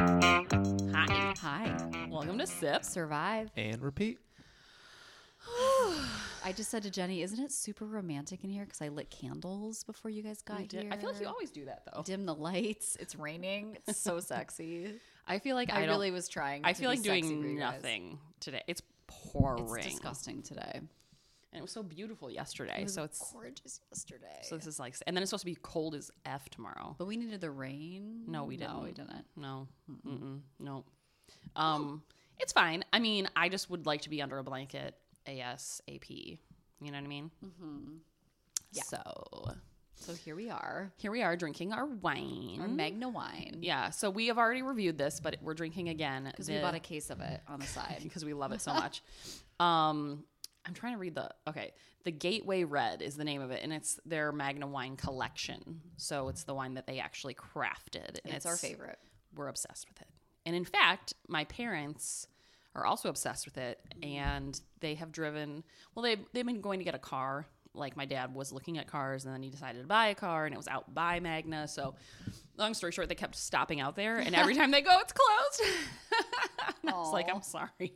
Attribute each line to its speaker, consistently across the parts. Speaker 1: Hi. Hi. Welcome to Sip Survive.
Speaker 2: And repeat.
Speaker 1: I just said to Jenny, isn't it super romantic in here? Because I lit candles before you guys got
Speaker 3: You did-
Speaker 1: here.
Speaker 3: I feel like you always do that though.
Speaker 1: dim the lights.
Speaker 3: It's raining. It's so sexy.
Speaker 1: I feel like I,
Speaker 3: I,
Speaker 1: don't-
Speaker 3: really was trying.
Speaker 1: I
Speaker 3: to
Speaker 1: feel
Speaker 3: be
Speaker 1: like
Speaker 3: sexy for you
Speaker 1: doing
Speaker 3: guys.
Speaker 1: nothing today. It's pouring.
Speaker 3: It's disgusting.
Speaker 1: disgusting today.
Speaker 3: And it was so beautiful yesterday. so it's
Speaker 1: gorgeous yesterday.
Speaker 3: so this is like, and then it's supposed to be cold as f tomorrow.
Speaker 1: but we needed the rain.
Speaker 3: No, we
Speaker 1: No, we
Speaker 3: didn't.
Speaker 1: didn't.
Speaker 3: No, Mm-mm. no. Um, it's fine. I mean, I just would like to be under a blanket asap. You know what I mean? Mm-hmm. Yeah. So
Speaker 1: So here we are.
Speaker 3: here we are drinking our wine.
Speaker 1: Our Magna wine.
Speaker 3: Mm-hmm. yeah. So we have already reviewed this, but we're drinking again
Speaker 1: Because we bought a case of it on the side.
Speaker 3: because we love it so much. um, I'm trying to read the okay. The Gateway Red is the name of it, and it's their Magna wine collection. So it's the wine that they actually crafted. And
Speaker 1: it's our favorite.
Speaker 3: We're obsessed with it, and in fact, my parents are also obsessed with it, and they have driven. Well, they they've been going to get a car. Like my dad was looking at cars, and then he decided to buy a car, and it was out by Magna. So, long story short, they kept stopping out there, and every time they go, it's closed. And I was like,
Speaker 1: Aw.
Speaker 3: I'm sorry.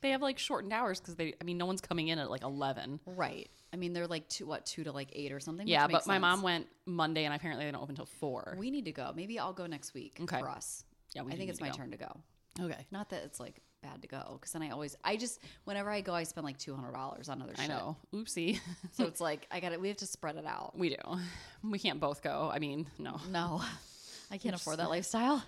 Speaker 3: They have like shortened hours because they, I mean, no one's coming in at like 11.
Speaker 1: Right. I mean, they're like two, what, two to like eight or something?
Speaker 3: yeah,
Speaker 1: which
Speaker 3: but
Speaker 1: makes
Speaker 3: my
Speaker 1: sense.
Speaker 3: mom went Monday and apparently they don't open until 4.
Speaker 1: We need to go. Maybe I'll go next week
Speaker 3: Okay.
Speaker 1: for us.
Speaker 3: Yeah, we
Speaker 1: I
Speaker 3: do
Speaker 1: think
Speaker 3: need
Speaker 1: it's
Speaker 3: to
Speaker 1: my
Speaker 3: go.
Speaker 1: turn to go.
Speaker 3: okay.
Speaker 1: Not that it's like bad to go, because then I always, I just, whenever I go, I spend like two hundred dollars on other shit.
Speaker 3: I know. Oopsie.
Speaker 1: So it's like I got to We have to spread it out.
Speaker 3: we do. We can't both go. I mean, no.
Speaker 1: No, I can't afford that lifestyle.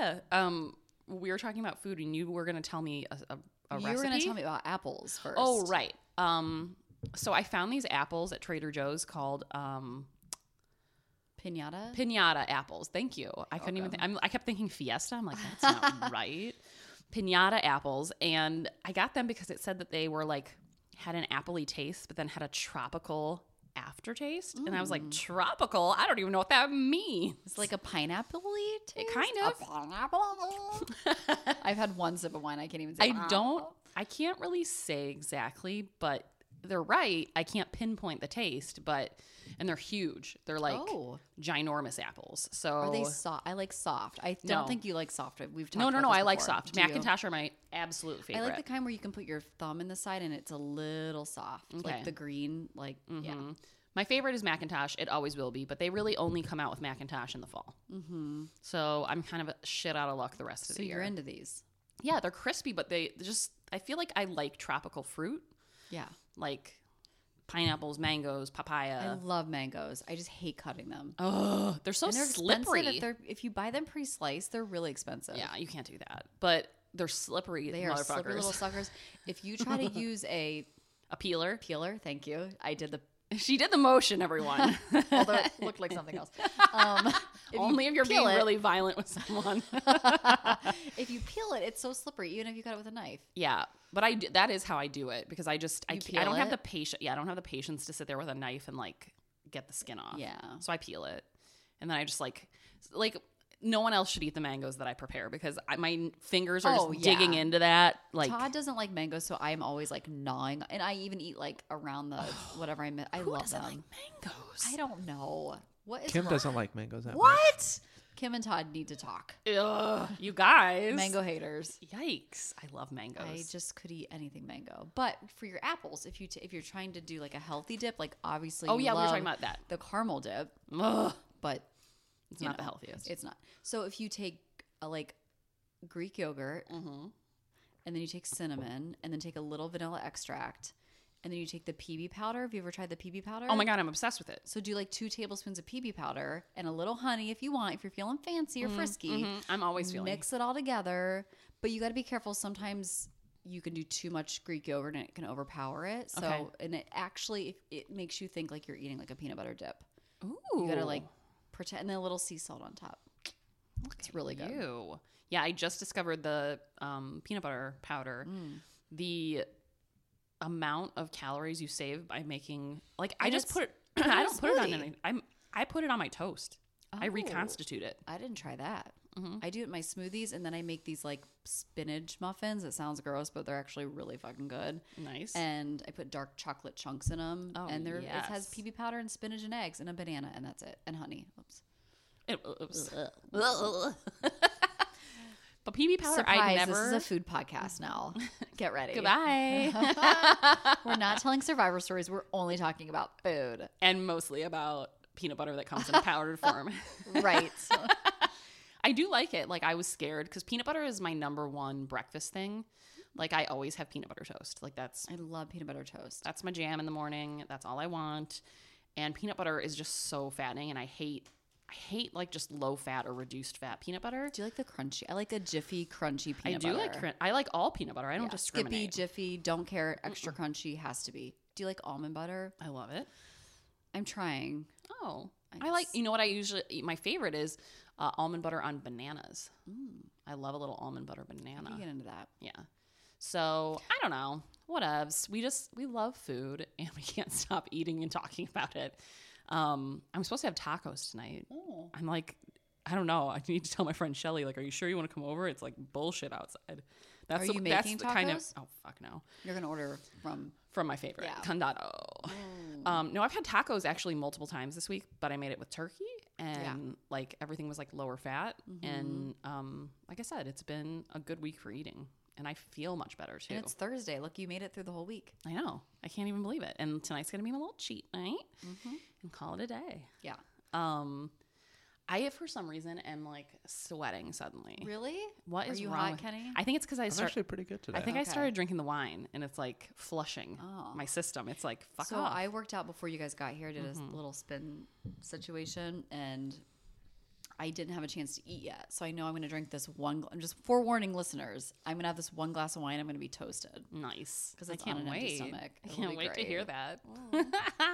Speaker 1: Ah!
Speaker 3: um, we were talking about food and you were going to tell me a, a, a
Speaker 1: you
Speaker 3: recipe.
Speaker 1: were gonna tell me about apples first.
Speaker 3: Oh, right. Um, so I found these apples at Trader Joe's called um,
Speaker 1: pinata.
Speaker 3: Pinata apples. Thank you. I couldn't even. Think, I'm, I kept thinking Fiesta. I'm like, that's not right. Pinata apples, and I got them because it said that they were like had an appley taste, but then had a tropical aftertaste, and I was
Speaker 1: Mm.
Speaker 3: like, tropical? I don't even know what that means.
Speaker 1: it's like a pineapple taste.
Speaker 3: kind
Speaker 1: A
Speaker 3: of.
Speaker 1: pineapple. I've had one sip of wine. I can't even. say ah.
Speaker 3: I don't. I can't really say exactly, but they're right. I can't pinpoint the taste, but and they're huge. They're like
Speaker 1: Oh.
Speaker 3: ginormous apples. So
Speaker 1: Are they soft? I like soft. I don't
Speaker 3: No.
Speaker 1: think you like soft. We've talked
Speaker 3: no, no,
Speaker 1: about
Speaker 3: no.
Speaker 1: this
Speaker 3: I like
Speaker 1: before.
Speaker 3: soft.
Speaker 1: Do you?
Speaker 3: Macintosh are my absolute favorite.
Speaker 1: I like the kind where you can put your thumb in the side and it's a little soft,
Speaker 3: Okay.
Speaker 1: like the green. Like yeah,
Speaker 3: Mhm. My favorite is Macintosh. It always will be, but they really only come out with Macintosh in the fall.
Speaker 1: mm-hmm.
Speaker 3: So I'm kind of shit out of luck the rest of
Speaker 1: so
Speaker 3: the year.
Speaker 1: you're into these.
Speaker 3: yeah, they're crispy, but they they're just. I feel like I like tropical fruit,
Speaker 1: Yeah,
Speaker 3: like pineapples, mangoes,
Speaker 1: I
Speaker 3: papaya.
Speaker 1: love mangoes. I just hate cutting them.
Speaker 3: Oh, they're so
Speaker 1: And they're expensive
Speaker 3: slippery.
Speaker 1: If, they're, if you buy them pre-sliced, they're really expensive.
Speaker 3: yeah, you can't do that. But they're slippery.
Speaker 1: they are
Speaker 3: motherfuckers.
Speaker 1: slippery little suckers. If you try to use a
Speaker 3: A peeler.
Speaker 1: peeler, thank you. I did the
Speaker 3: She did the motion, everyone.
Speaker 1: although it looked like something else. Um, if
Speaker 3: Only
Speaker 1: you
Speaker 3: if you're
Speaker 1: peel
Speaker 3: being
Speaker 1: it-
Speaker 3: really violent with someone.
Speaker 1: if you peel it, it's so slippery. Even if you cut it with a knife,
Speaker 3: Yeah, but I d- that is how I do it because I just I,
Speaker 1: You
Speaker 3: ca- I don't
Speaker 1: peel
Speaker 3: have the
Speaker 1: it?
Speaker 3: patience. Yeah, I don't have the patience to sit there with a knife and like get the skin off.
Speaker 1: Yeah.
Speaker 3: so I peel it, and then I just like s- like no one else should eat the mangoes that I prepare because I, my n- fingers are
Speaker 1: Oh,
Speaker 3: just digging
Speaker 1: yeah.
Speaker 3: into that. Like
Speaker 1: Todd doesn't like mangoes, so I'm always like gnawing, and I even eat like around the whatever I mi- I
Speaker 3: who
Speaker 1: love
Speaker 3: doesn't
Speaker 1: them.
Speaker 3: like mangoes?
Speaker 1: I don't know. What is
Speaker 2: Kim
Speaker 1: wrong?
Speaker 2: doesn't like mangoes that much.
Speaker 1: What? Kim and Todd need to talk.
Speaker 3: Ugh, you guys,
Speaker 1: Mango haters.
Speaker 3: Yikes! I love mangoes.
Speaker 1: I just could eat anything mango. But for your apples, if you t- if you're trying to do like a healthy dip, like obviously
Speaker 3: oh
Speaker 1: you
Speaker 3: yeah, we were talking
Speaker 1: love
Speaker 3: about that.
Speaker 1: the caramel dip,
Speaker 3: Ugh,
Speaker 1: but
Speaker 3: it's
Speaker 1: you
Speaker 3: not the
Speaker 1: know,
Speaker 3: healthiest.
Speaker 1: It's not. So if you take a, like Greek yogurt
Speaker 3: Mhm.
Speaker 1: and then you take cinnamon and then take a little vanilla extract and then you take the PB powder. Have you ever tried the PB powder?
Speaker 3: Oh my god, I'm obsessed with it.
Speaker 1: So do like two tablespoons of PB powder and a little honey if you want, if you're feeling fancy or frisky.
Speaker 3: Mhm, I'm always feeling
Speaker 1: Mix it all together, but you got to be careful. Sometimes you can do too much Greek yogurt and it can overpower it. So,
Speaker 3: Okay.
Speaker 1: and it actually it, it makes you think like you're eating like a peanut butter dip.
Speaker 3: Ooh,
Speaker 1: You got to like pretend, and then a little sea salt on top. it's really good.
Speaker 3: Ew. Yeah, I just discovered the um, peanut butter powder.
Speaker 1: Mm.
Speaker 3: The amount of calories you save by making like I
Speaker 1: And
Speaker 3: just
Speaker 1: it's
Speaker 3: put it.
Speaker 1: in
Speaker 3: I
Speaker 1: a
Speaker 3: don't put it on
Speaker 1: smoothie.
Speaker 3: anything. I'm I put it on my toast. I
Speaker 1: Oh.
Speaker 3: reconstitute it.
Speaker 1: I didn't try that.
Speaker 3: Mm-hmm.
Speaker 1: I do it in my smoothies, and then I make these like spinach muffins. It sounds gross, but they're actually really fucking good.
Speaker 3: Nice.
Speaker 1: And I put dark chocolate chunks in them,
Speaker 3: Oh,
Speaker 1: and they're it has
Speaker 3: yes.
Speaker 1: PB powder and spinach and eggs and a banana, and that's it, and honey. Oops.
Speaker 3: It, it was, but PB powder, I
Speaker 1: Surprise,
Speaker 3: never.
Speaker 1: this is a food podcast now. Get ready.
Speaker 3: goodbye.
Speaker 1: We're not telling survivor stories. We're only talking about food.
Speaker 3: and mostly about peanut butter that comes in powdered form.
Speaker 1: Right.
Speaker 3: I do like it. Like I was scared because peanut butter is my number one breakfast thing. Like I always have peanut butter toast. Like that's
Speaker 1: I love peanut butter toast.
Speaker 3: that's my jam in the morning. That's all I want. And peanut butter is just so fattening, and I hate I hate like just low fat or reduced fat peanut butter.
Speaker 1: Do you like the crunchy? I like a jiffy crunchy
Speaker 3: I
Speaker 1: peanut
Speaker 3: do
Speaker 1: butter.
Speaker 3: like cr- I like all peanut butter. I don't
Speaker 1: Yeah, Skippy,
Speaker 3: discriminate.
Speaker 1: jiffy, don't care, extra crunchy has to be. Do you like almond butter?
Speaker 3: I love it.
Speaker 1: I'm trying.
Speaker 3: Oh,
Speaker 1: I
Speaker 3: I like.
Speaker 1: guess.
Speaker 3: You know what I usually eat? My favorite is uh, almond butter on bananas. I love a little almond butter banana.
Speaker 1: You get into that.
Speaker 3: Mm. Yeah. So I don't know. Whatevs. We just we love food and we can't stop eating and talking about it. Um, I'm supposed to have tacos tonight. I'm like, I don't know. I need to tell my friend Shelly, like, are you sure you want to come over? It's like bullshit outside. That's
Speaker 1: Are
Speaker 3: the,
Speaker 1: you
Speaker 3: that's
Speaker 1: making
Speaker 3: the kind of
Speaker 1: tacos?
Speaker 3: oh fuck no.
Speaker 1: You're gonna order from
Speaker 3: From my favorite.
Speaker 1: Yeah.
Speaker 3: Condado. Um, no, I've had tacos actually multiple times this week, but I made it with turkey and like everything was like lower fat. And um, like I said, it's been a good week for eating. And I feel much better too.
Speaker 1: and it's Thursday. Look, you made it through the whole week.
Speaker 3: I know. I can't even believe it. And tonight's gonna be my little cheat night and call it a day.
Speaker 1: Yeah.
Speaker 3: Um I for some reason am like sweating suddenly.
Speaker 1: Really?
Speaker 3: What
Speaker 1: Are
Speaker 3: is
Speaker 1: you
Speaker 3: wrong
Speaker 1: hot,
Speaker 3: with-
Speaker 1: Kenny?
Speaker 3: I think it's because I
Speaker 2: It's
Speaker 3: started
Speaker 2: actually pretty good today.
Speaker 3: I think I
Speaker 1: Okay.
Speaker 3: started drinking the wine and it's like flushing
Speaker 1: Oh.
Speaker 3: my system. It's like fuck
Speaker 1: so
Speaker 3: off. Mm-hmm.
Speaker 1: I worked out before you guys got here. I Did a little spin situation, and I didn't have a chance to eat yet. So I know I'm going to drink this one. Gl- I'm just forewarning listeners. I'm going to have this one glass of wine. I'm going to be toasted.
Speaker 3: nice.
Speaker 1: 'Cause
Speaker 3: I
Speaker 1: it's on
Speaker 3: can't
Speaker 1: an empty
Speaker 3: wait.
Speaker 1: stomach.
Speaker 3: I
Speaker 1: It'll
Speaker 3: can't
Speaker 1: be
Speaker 3: wait to hear
Speaker 1: great.
Speaker 3: that.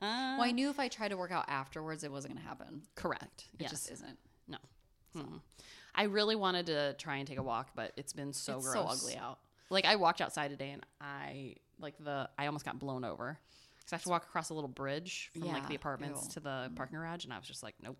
Speaker 1: Well, I knew if I tried to work out afterwards, it wasn't going to happen.
Speaker 3: Correct.
Speaker 1: It
Speaker 3: yes.
Speaker 1: just isn't.
Speaker 3: no. Mm-mm. I really wanted to try and take a walk, but it's been so
Speaker 1: it's
Speaker 3: gross.
Speaker 1: so ugly out.
Speaker 3: Like I walked outside today and I like the I almost got blown over because I have to walk across a little bridge from like
Speaker 1: Yeah,
Speaker 3: the apartments
Speaker 1: ew. Mm.
Speaker 3: to the parking garage and I was just like nope.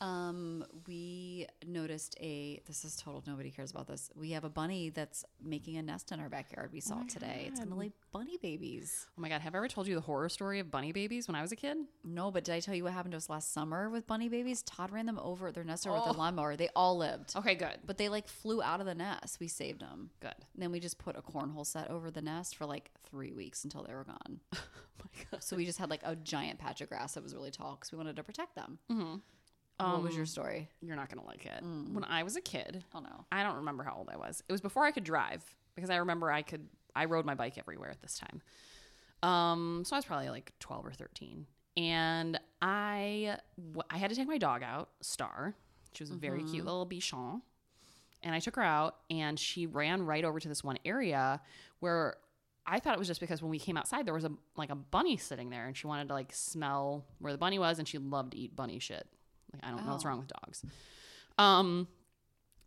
Speaker 1: Um, we noticed a. This is total. Nobody cares about this. We have a bunny that's making a nest in our backyard. We saw it today. It's going to lay bunny babies.
Speaker 3: Oh my god, have I ever told you the horror story of bunny babies when I was a kid?
Speaker 1: No, but did I tell you what happened to us last summer with bunny babies? Todd ran them over at their nest over with a lawnmower. They all lived,
Speaker 3: Okay, good.
Speaker 1: but they like flew out of the nest. We saved them.
Speaker 3: Good.
Speaker 1: And then we just put a cornhole set over the nest for like three weeks until they were gone.
Speaker 3: Oh my god.
Speaker 1: so we just had like a giant patch of grass that was really tall because we wanted to protect them.
Speaker 3: Mm-hmm.
Speaker 1: what was
Speaker 3: Um,
Speaker 1: your story?
Speaker 3: You're not going to like it.
Speaker 1: Mm.
Speaker 3: When I was a kid,
Speaker 1: Oh no.
Speaker 3: I don't remember how old I was. It was before I could drive because I remember I could I rode my bike everywhere at this time. Um, so I was probably like 12 or 13. And I w- I had to take my dog out, Star. She was a very cute little bichon. And I took her out and she ran right over to this one area where I thought it was just because when we came outside there was a like a bunny sitting there and she wanted to like smell where the bunny was and she loved to eat bunny shit. Like I don't know what's
Speaker 1: Oh.
Speaker 3: wrong with dogs. Um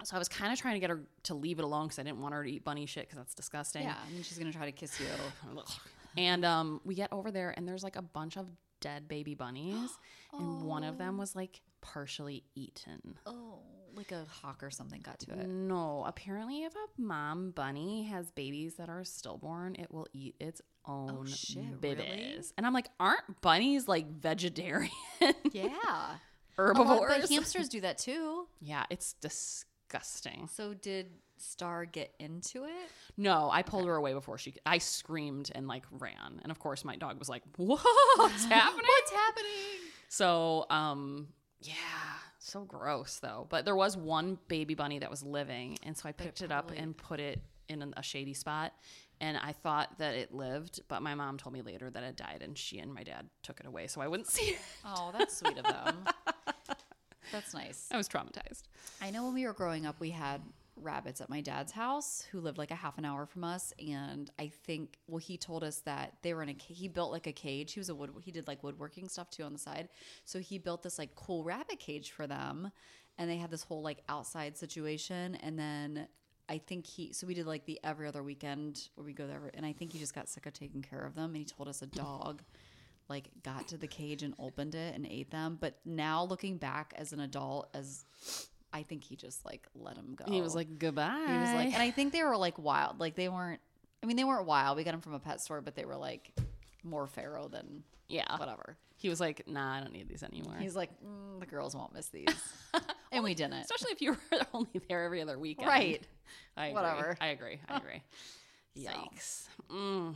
Speaker 3: so I was kind of trying to get her to leave it alone because I didn't want her to eat bunny shit because that's disgusting.
Speaker 1: Yeah, and she's gonna try to kiss you.
Speaker 3: And um, we get over there and there's like a bunch of dead baby bunnies, and one of them was like partially eaten.
Speaker 1: Oh, like a hawk or something got to it.
Speaker 3: No, apparently if a mom bunny has babies that are stillborn, it will eat its own
Speaker 1: Oh, shit,
Speaker 3: babies.
Speaker 1: really?
Speaker 3: And I'm like, aren't bunnies like vegetarian
Speaker 1: Oh,
Speaker 3: Mm,
Speaker 1: Yeah.
Speaker 3: herbivores?
Speaker 1: Oh, but hamsters do that too.
Speaker 3: yeah, it's disgusting.
Speaker 1: So did Star get into it?
Speaker 3: No, I pulled her away before she. Could. I screamed and like ran, and of course my dog was like, "What's happening?"
Speaker 1: What's happening?
Speaker 3: so, um, yeah, so gross though. But there was one baby bunny that was living, and so I picked it up
Speaker 1: probably-
Speaker 3: and put it in an- a shady spot. And I thought that it lived, but my mom told me later that it died, and she and my dad took it away, so I wouldn't see it.
Speaker 1: Oh, that's sweet of them. that's nice.
Speaker 3: I was traumatized.
Speaker 1: I know when we were growing up, we had rabbits at my dad's house who lived like a half an hour from us, and I think well, he told us that they were in a ca- he built like a cage. He was a wood he did like woodworking stuff too on the side, so he built this like cool rabbit cage for them, and they had this whole like outside situation, and then. I think he so we did like the every other weekend where we go there and I think he just got sick of taking care of them and he told us a dog like got to the cage and opened it and ate them. But now looking back as an adult, as I think he just like let him go.
Speaker 3: He was like, "Goodbye."
Speaker 1: he was like, and I think they were like wild. Like they weren't. I mean, they weren't wild. We got them from a pet store, but they were like more pharaoh than
Speaker 3: Yeah.
Speaker 1: whatever.
Speaker 3: He was like, nah, I don't need these anymore.
Speaker 1: He's like, mm, the girls won't miss these, and we didn't.
Speaker 3: Especially if you were only there every other weekend.
Speaker 1: Right.
Speaker 3: I agree.
Speaker 1: Whatever.
Speaker 3: I agree. I agree. Yikes. Mm.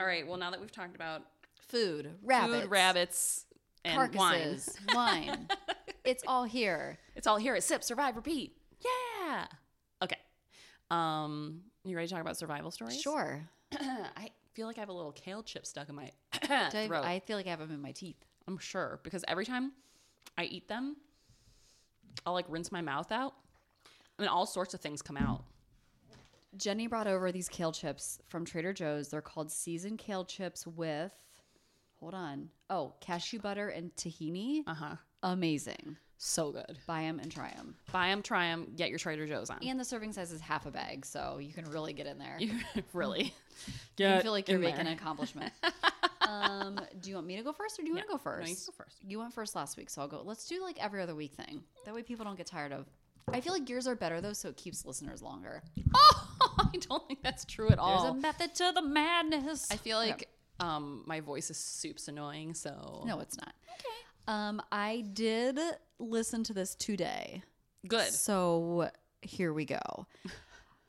Speaker 3: All right. Well, now that we've talked about
Speaker 1: Food, Mm-hmm. rabbits,
Speaker 3: food, rabbits, and wine,
Speaker 1: carcasses, wine. It's all here.
Speaker 3: it's all here. It's sip, survive, repeat. Yeah. Okay. Um, you ready to talk about survival stories?
Speaker 1: Sure.
Speaker 3: I feel like I have a little kale chip stuck in my
Speaker 1: Do I,
Speaker 3: throat.
Speaker 1: I feel like I have them in my teeth.
Speaker 3: I'm sure because every time I eat them, I'll like rinse my mouth out, and all sorts of things come out.
Speaker 1: Jenny brought over these kale chips from Trader Joe's. They're called seasoned kale chips with, hold on, oh, cashew butter and tahini.
Speaker 3: Uh huh.
Speaker 1: Amazing.
Speaker 3: So good.
Speaker 1: Buy them and try them.
Speaker 3: Buy them, try them, get your Trader Joe's on.
Speaker 1: And the serving size is half a bag, so you can really get in there. You
Speaker 3: You really
Speaker 1: can
Speaker 3: get
Speaker 1: feel like you're
Speaker 3: in
Speaker 1: making
Speaker 3: there.
Speaker 1: an accomplishment. um, do you want me to go first, or do you want to go
Speaker 3: No,
Speaker 1: first?
Speaker 3: you can go first.
Speaker 1: You went first last week, so I'll go. Let's do like every other week thing. That way, people don't get tired of. I feel like yours are better though, so it keeps listeners longer.
Speaker 3: Oh, I don't think that's true at
Speaker 1: There's
Speaker 3: all.
Speaker 1: a method to the madness.
Speaker 3: I feel like um my voice is soups annoying, so
Speaker 1: No, it's not. Okay. Um, I did listen to this today.
Speaker 3: good.
Speaker 1: So here we go.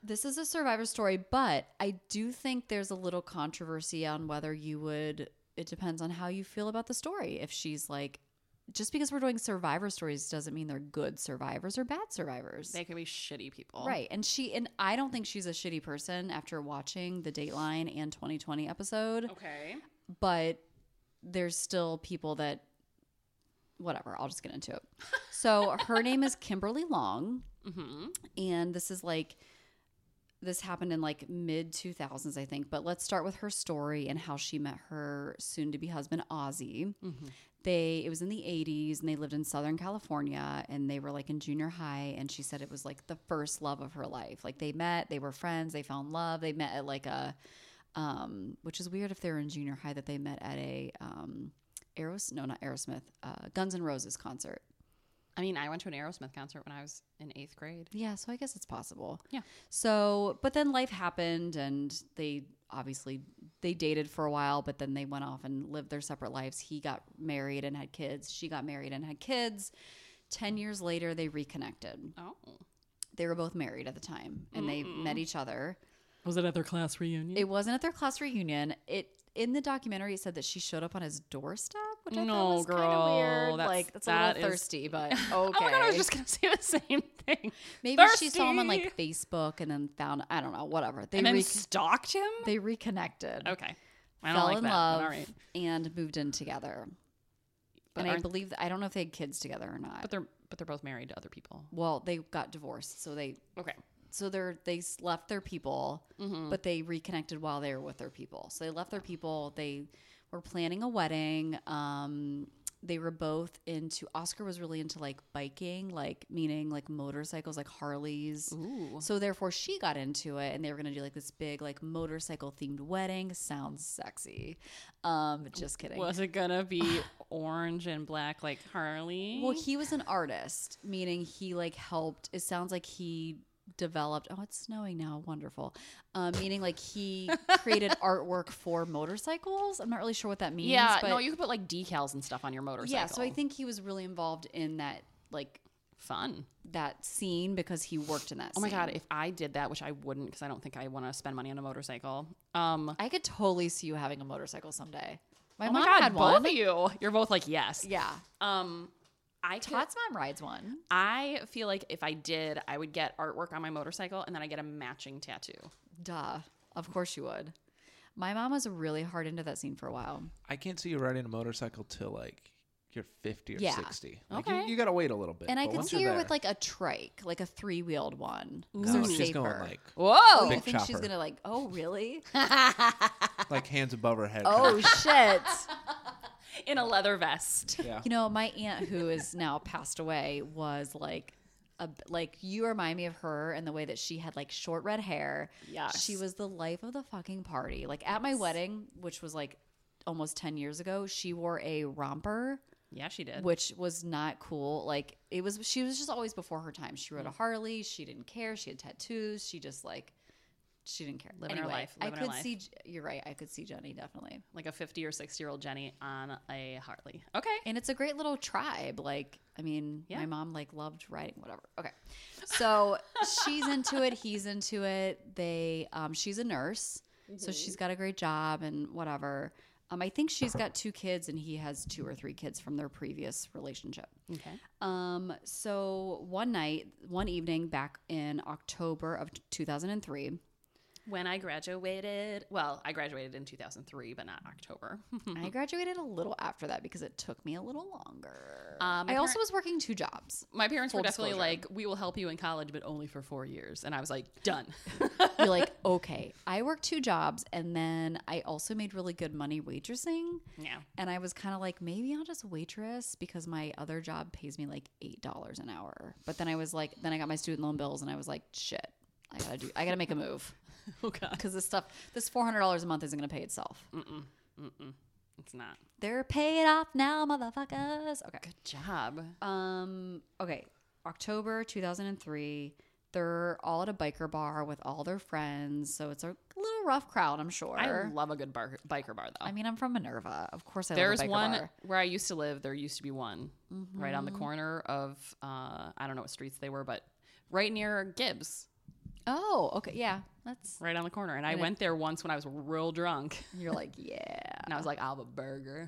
Speaker 1: This is a survivor story, but I do think there's a little controversy on whether you would. It depends on how you feel about the story. If she's like, just because we're doing survivor stories doesn't mean they're good survivors or bad survivors.
Speaker 3: They can be shitty people.
Speaker 1: Right. And she and I don't think she's a shitty person after watching the Dateline and 2020 episode,
Speaker 3: Okay.
Speaker 1: but there's still people that whatever, I'll just get into it. So her name is Kimberly Long
Speaker 3: Mm-hmm.
Speaker 1: and this is like this happened in like mid 2000s I think, but let's start with her story and how she met her soon to be husband Ozzy. They it was in the 80s and they lived in Southern California and they were like in junior high and she said it was like the first love of her life. Like they met, they were friends, they fell in love, they met at like a um which is weird if they were in junior high that they met at a um Aeros no not Aerosmith, uh Guns N' Roses concert.
Speaker 3: I mean, I went to an Aerosmith concert when I was in eighth grade.
Speaker 1: Yeah, so I guess it's possible.
Speaker 3: Yeah.
Speaker 1: So, but then life happened and they obviously they dated for a while, but then they went off and lived their separate lives. He got married and had kids. She got married and had kids. 10 years later they reconnected.
Speaker 3: Oh.
Speaker 1: They were both married at the time and they met each other.
Speaker 3: Was it at their class reunion?
Speaker 1: It wasn't at their class reunion. It in the documentary it said that she showed up on his doorstep, which I
Speaker 3: No,
Speaker 1: thought was kind
Speaker 3: girl,
Speaker 1: of weird.
Speaker 3: that's-
Speaker 1: like that's a
Speaker 3: that
Speaker 1: little
Speaker 3: is-
Speaker 1: thirsty, but okay.
Speaker 3: Oh my god, I was just gonna say the same thing.
Speaker 1: Maybe she saw him on
Speaker 3: Thirsty.
Speaker 1: like Facebook and then found I don't know whatever they
Speaker 3: and then
Speaker 1: re-
Speaker 3: stalked him.
Speaker 1: they reconnected,
Speaker 3: Okay, I don't
Speaker 1: fell
Speaker 3: like
Speaker 1: in
Speaker 3: that. but
Speaker 1: love,
Speaker 3: all right,
Speaker 1: and moved in together.
Speaker 3: But
Speaker 1: and I
Speaker 3: aren't-
Speaker 1: believe I don't know if they had kids together or not.
Speaker 3: but they're but they're both married to other people.
Speaker 1: well, they got divorced, so they
Speaker 3: Okay,
Speaker 1: so they're they s- left their people, but they reconnected while they were with their people. So they left their people. They were planning a wedding. Um, they were both into Oscar was really into like biking, like meaning like motorcycles, like Harleys.
Speaker 3: ooh,
Speaker 1: So therefore, she got into it, and they were gonna do like this big, like motorcycle themed wedding. Sounds sexy. Um, just kidding.
Speaker 3: was it gonna be orange and black like Harley?
Speaker 1: Well, he was an artist, meaning he like helped. It sounds like he developed. Oh, it's snowing now. Wonderful. Uh, meaning like he created artwork for motorcycles. I'm not really sure what that means.
Speaker 3: yeah,
Speaker 1: but
Speaker 3: no, you could put like decals and stuff on your motorcycle.
Speaker 1: yeah. So I think he was really involved in that like
Speaker 3: fun.
Speaker 1: that scene because he worked in that.
Speaker 3: Oh my
Speaker 1: scene.
Speaker 3: god, if I did that, which I wouldn't, because I don't think I want to spend money on a motorcycle. Um,
Speaker 1: I could totally see you having a motorcycle someday. My
Speaker 3: oh
Speaker 1: mom
Speaker 3: my god,
Speaker 1: had
Speaker 3: both
Speaker 1: one.
Speaker 3: of you, you're both like yes.
Speaker 1: Yeah.
Speaker 3: Um, I could,
Speaker 1: Todd's mom rides one.
Speaker 3: I feel like if I did, I would get artwork on my motorcycle, and then I get a matching tattoo.
Speaker 1: Duh. Of course you would. My mom was really hard into that scene for a while.
Speaker 2: I can't see you riding a motorcycle till like you're 50 or
Speaker 1: Yeah.
Speaker 2: 60. Like, You,
Speaker 3: Okay.
Speaker 2: you got to wait a little bit.
Speaker 1: And I
Speaker 2: but
Speaker 1: could
Speaker 2: once
Speaker 1: see
Speaker 2: you're
Speaker 1: her
Speaker 2: there-
Speaker 1: with like a trike, like a three wheeled one. 'cause
Speaker 2: No,
Speaker 1: they're
Speaker 2: she's
Speaker 1: safer.
Speaker 2: going like
Speaker 1: oh, you
Speaker 2: big
Speaker 1: think she's
Speaker 2: chopper.
Speaker 1: gonna like? Oh, really?
Speaker 2: like hands above her head.
Speaker 1: oh
Speaker 2: kinda-
Speaker 1: shit!
Speaker 3: in a leather vest.
Speaker 2: yeah.
Speaker 1: You know, my aunt who is now passed away was like. A, like you remind me of her and the way that she had like short red hair.
Speaker 3: Yes.
Speaker 1: She was the life of the fucking party. Like at my wedding, which was like almost 10 years ago, she wore a romper.
Speaker 3: Yeah, she did.
Speaker 1: which was not cool. Like it was,
Speaker 3: Mm.
Speaker 1: she was just always before her time. She rode a Harley. She didn't care. She had tattoos. She just like she didn't care.
Speaker 3: Living her life,
Speaker 1: I
Speaker 3: living
Speaker 1: could
Speaker 3: her life.
Speaker 1: see. You're right. I could see Jenny definitely.
Speaker 3: like a 50 or 60 year old Jenny on a Harley. Okay.
Speaker 1: and it's a great little tribe like i mean
Speaker 3: Yeah.
Speaker 1: my mom like loved riding whatever okay so she's into it he's into it they um, she's a nurse
Speaker 3: Mm-hmm.
Speaker 1: so she's got a great job and whatever um, i think she's got two kids and he has two or three kids from their previous relationship
Speaker 3: Okay.
Speaker 1: um, so one night one evening back in october of 2003
Speaker 3: When I graduated, well, I graduated in 2003, but not October.
Speaker 1: i graduated a little after that because it took me a little longer
Speaker 3: Um,
Speaker 1: i
Speaker 3: my
Speaker 1: also
Speaker 3: par-
Speaker 1: was working two jobs
Speaker 3: My parents were
Speaker 1: Full
Speaker 3: definitely
Speaker 1: disclosure.
Speaker 3: like, we will help you in college, but only for four years. And I was like, done.
Speaker 1: you're like, okay, I worked two jobs and then I also made really good money waitressing.
Speaker 3: yeah.
Speaker 1: And I was kind of like, maybe I'll just waitress because my other job pays me like $8 an hour. But then I was like, then I got my student loan bills and I was like, shit, I gotta do, I gotta make a move
Speaker 3: Oh, God.
Speaker 1: because this stuff, this $400 a month isn't gonna pay itself.
Speaker 3: It's not.
Speaker 1: They're paid off now, motherfuckers. Okay.
Speaker 3: Good job.
Speaker 1: Um. Okay. October 2003. They're all at a biker bar with all their friends, so it's a little rough crowd, I'm sure.
Speaker 3: I love a good bar- biker bar, though.
Speaker 1: I mean, I'm from Minerva. Of course, I
Speaker 3: There's
Speaker 1: love a biker
Speaker 3: one
Speaker 1: bar. Mm-hmm.
Speaker 3: where I used to live. There used to be one right on the corner of, uh, I don't know what streets they were, but right near Gibbs,
Speaker 1: Oh, okay, yeah. That's
Speaker 3: right on the corner. And I went there once when I was real drunk.
Speaker 1: you're like, yeah.
Speaker 3: And I was like, I'll have a burger.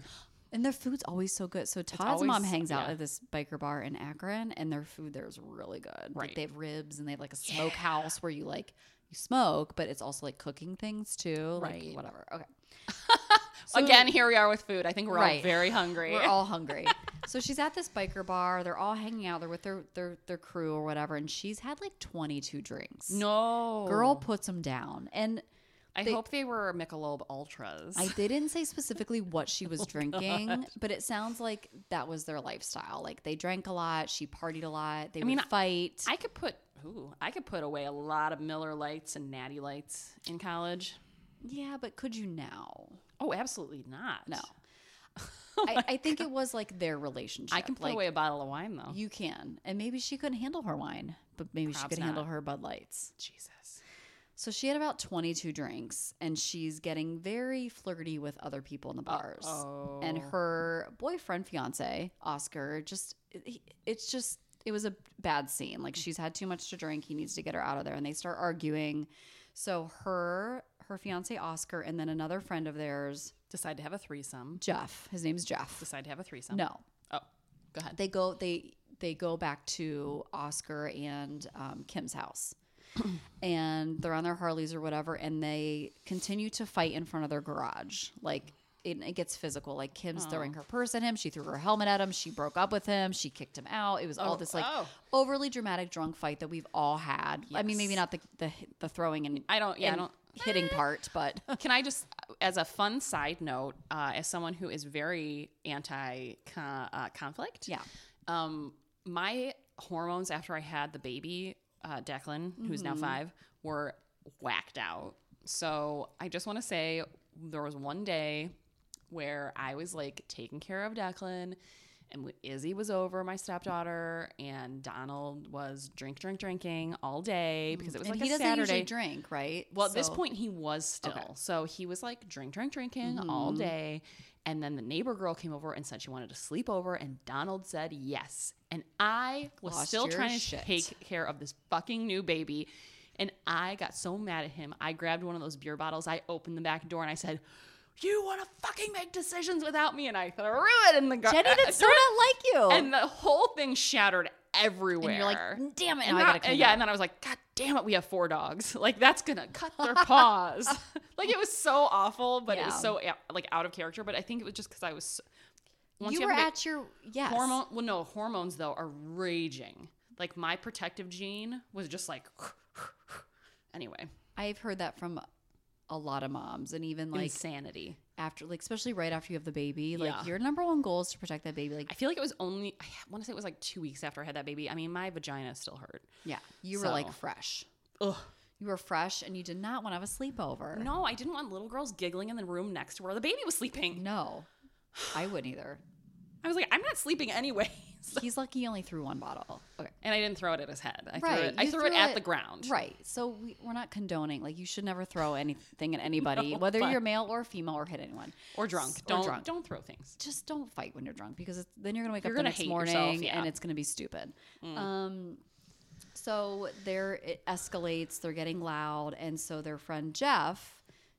Speaker 1: And their food's always so good. So Todd's
Speaker 3: always-
Speaker 1: mom hangs out
Speaker 3: yeah.
Speaker 1: at this biker bar in Akron, and their food there is really good. Like
Speaker 3: Right.
Speaker 1: they have ribs, and they have like a smokehouse where you like you smoke, but it's also like cooking things too. Like,
Speaker 3: Right.
Speaker 1: Whatever. Okay.
Speaker 3: Again, here we are with food. I think we're all
Speaker 1: Right.
Speaker 3: very hungry.
Speaker 1: We're all hungry. so she's at this biker bar. They're all hanging out. They're with their their their crew or whatever, and she's had like 22 drinks.
Speaker 3: no.
Speaker 1: Girl puts them down, and
Speaker 3: I
Speaker 1: They-
Speaker 3: hope they were Michelob Ultras.
Speaker 1: I they didn't say specifically what she
Speaker 3: Oh,
Speaker 1: was drinking, but it sounds like that was their lifestyle. Like they drank a lot, she partied a lot, they
Speaker 3: mean,
Speaker 1: would fight.
Speaker 3: I could put ooh, I could put away a lot of Miller Lights and Natty Lights in college.
Speaker 1: yeah, but could you now?
Speaker 3: Oh, absolutely not.
Speaker 1: No. I, I think it was like their relationship.
Speaker 3: Oh I can put
Speaker 1: like,
Speaker 3: away a bottle of wine though.
Speaker 1: You can, and maybe she couldn't handle her wine, but maybe she
Speaker 3: Perhaps
Speaker 1: could
Speaker 3: not.
Speaker 1: handle her Bud Lights.
Speaker 3: Jesus.
Speaker 1: So she had about 22 drinks and she's getting very flirty with other people in the bars.
Speaker 3: Uh-oh.
Speaker 1: And her boyfriend, fiance, Oscar, just, he- it's just, it was a bad scene. Like she's had too much to drink. He needs to get her out of there. And they start arguing. So her, her fiance, Oscar, and then another friend of theirs,
Speaker 3: Decide to have a threesome.
Speaker 1: Jeff, his name's Jeff.
Speaker 3: Decide to have a threesome.
Speaker 1: No,
Speaker 3: Oh, go ahead.
Speaker 1: they go they they go back to Oscar and um, Kim's house, and they're on their Harleys or whatever, and they continue to fight in front of their garage. Like it, it gets physical. Like Kim's throwing
Speaker 3: Oh.
Speaker 1: her purse at him. She threw her helmet at him. She broke up with him. She kicked him out. It was all
Speaker 3: Oh,
Speaker 1: this like
Speaker 3: oh.
Speaker 1: overly dramatic drunk fight that we've all had. I mean,
Speaker 3: Yes.
Speaker 1: maybe not the the, the throwing and
Speaker 3: I don't- yeah, I
Speaker 1: and
Speaker 3: don't-
Speaker 1: hitting part, but
Speaker 3: Can I just, as a fun side note, uh, as someone who is very anti uh, conflict,
Speaker 1: Yeah.
Speaker 3: um, my hormones after I had the baby, uh, Declan, who's
Speaker 1: Mm-hmm.
Speaker 3: now five, were whacked out. So I just want to say there was one day where I was like taking care of Declan. And Izzy was over, my stepdaughter, and Donald was drink, drink, drinking all day because it was
Speaker 1: Mm. and
Speaker 3: like
Speaker 1: he
Speaker 3: a
Speaker 1: doesn't
Speaker 3: Saturday.
Speaker 1: usually drink, right?
Speaker 3: Well, at this
Speaker 1: So-
Speaker 3: point, he was still. So he was like drink, drink, drinking all
Speaker 1: Mm-hmm.
Speaker 3: day. And then the neighbor girl came over and said she wanted to sleep over, and Donald said yes. And I was
Speaker 1: Lost
Speaker 3: still
Speaker 1: your
Speaker 3: trying to
Speaker 1: shit.
Speaker 3: take care of this fucking new baby. And I got so mad at him. I grabbed one of those beer bottles, I opened the back door, and I said, You want to fucking make decisions without me? And I threw it in the garden.
Speaker 1: Jenny, that's so not like you.
Speaker 3: And the whole thing shattered everywhere.
Speaker 1: And you're like, damn it, now I
Speaker 3: Not-
Speaker 1: gotta clean
Speaker 3: yeah,
Speaker 1: up."
Speaker 3: and then I was like, God damn it, we have four dogs. Like that's gonna cut their paws. like it was so awful, but it
Speaker 1: Yeah.
Speaker 3: was so out- like out of character. But I think it was just because I was. Once
Speaker 1: you were
Speaker 3: have a
Speaker 1: at your yes.
Speaker 3: ba- hormone. Well, no, hormones though are raging. Like my protective gene was just like. Anyway,
Speaker 1: I've heard that from a lot of moms, and even like
Speaker 3: insanity.
Speaker 1: after, like especially right after you have the baby, like
Speaker 3: Yeah.
Speaker 1: your number one goal is to protect that baby.
Speaker 3: I
Speaker 1: Like,
Speaker 3: feel like it was only. I want to say it was like two weeks after I had that baby. I mean, my vagina still hurt.
Speaker 1: yeah, you were like
Speaker 3: So-
Speaker 1: fresh.
Speaker 3: Ugh.
Speaker 1: You were fresh, and you did not want to have a sleepover.
Speaker 3: No, I didn't want little girls giggling in the room next to where the baby was sleeping.
Speaker 1: No, I wouldn't either.
Speaker 3: I was like, I'm not sleeping anyways.
Speaker 1: He's lucky he only threw one bottle. Okay.
Speaker 3: And I didn't throw it at his head. I threw
Speaker 1: Right,
Speaker 3: it, I
Speaker 1: you
Speaker 3: threw, it
Speaker 1: threw
Speaker 3: at
Speaker 1: it-
Speaker 3: the ground.
Speaker 1: Right. So we, we're not condoning. Like you should never throw anything at anybody,
Speaker 3: No,
Speaker 1: whether
Speaker 3: but-
Speaker 1: you're male or female or hit anyone.
Speaker 3: Or drunk.
Speaker 1: S- or
Speaker 3: Don't
Speaker 1: drunk.
Speaker 3: don't throw things.
Speaker 1: Just don't fight when you're drunk because it's, then you're gonna wake
Speaker 3: You're
Speaker 1: up the
Speaker 3: gonna
Speaker 1: next
Speaker 3: hate
Speaker 1: morning
Speaker 3: yourself, yeah.
Speaker 1: and it's gonna be stupid. Um, so there it escalates. They're getting loud, and so their friend Jeff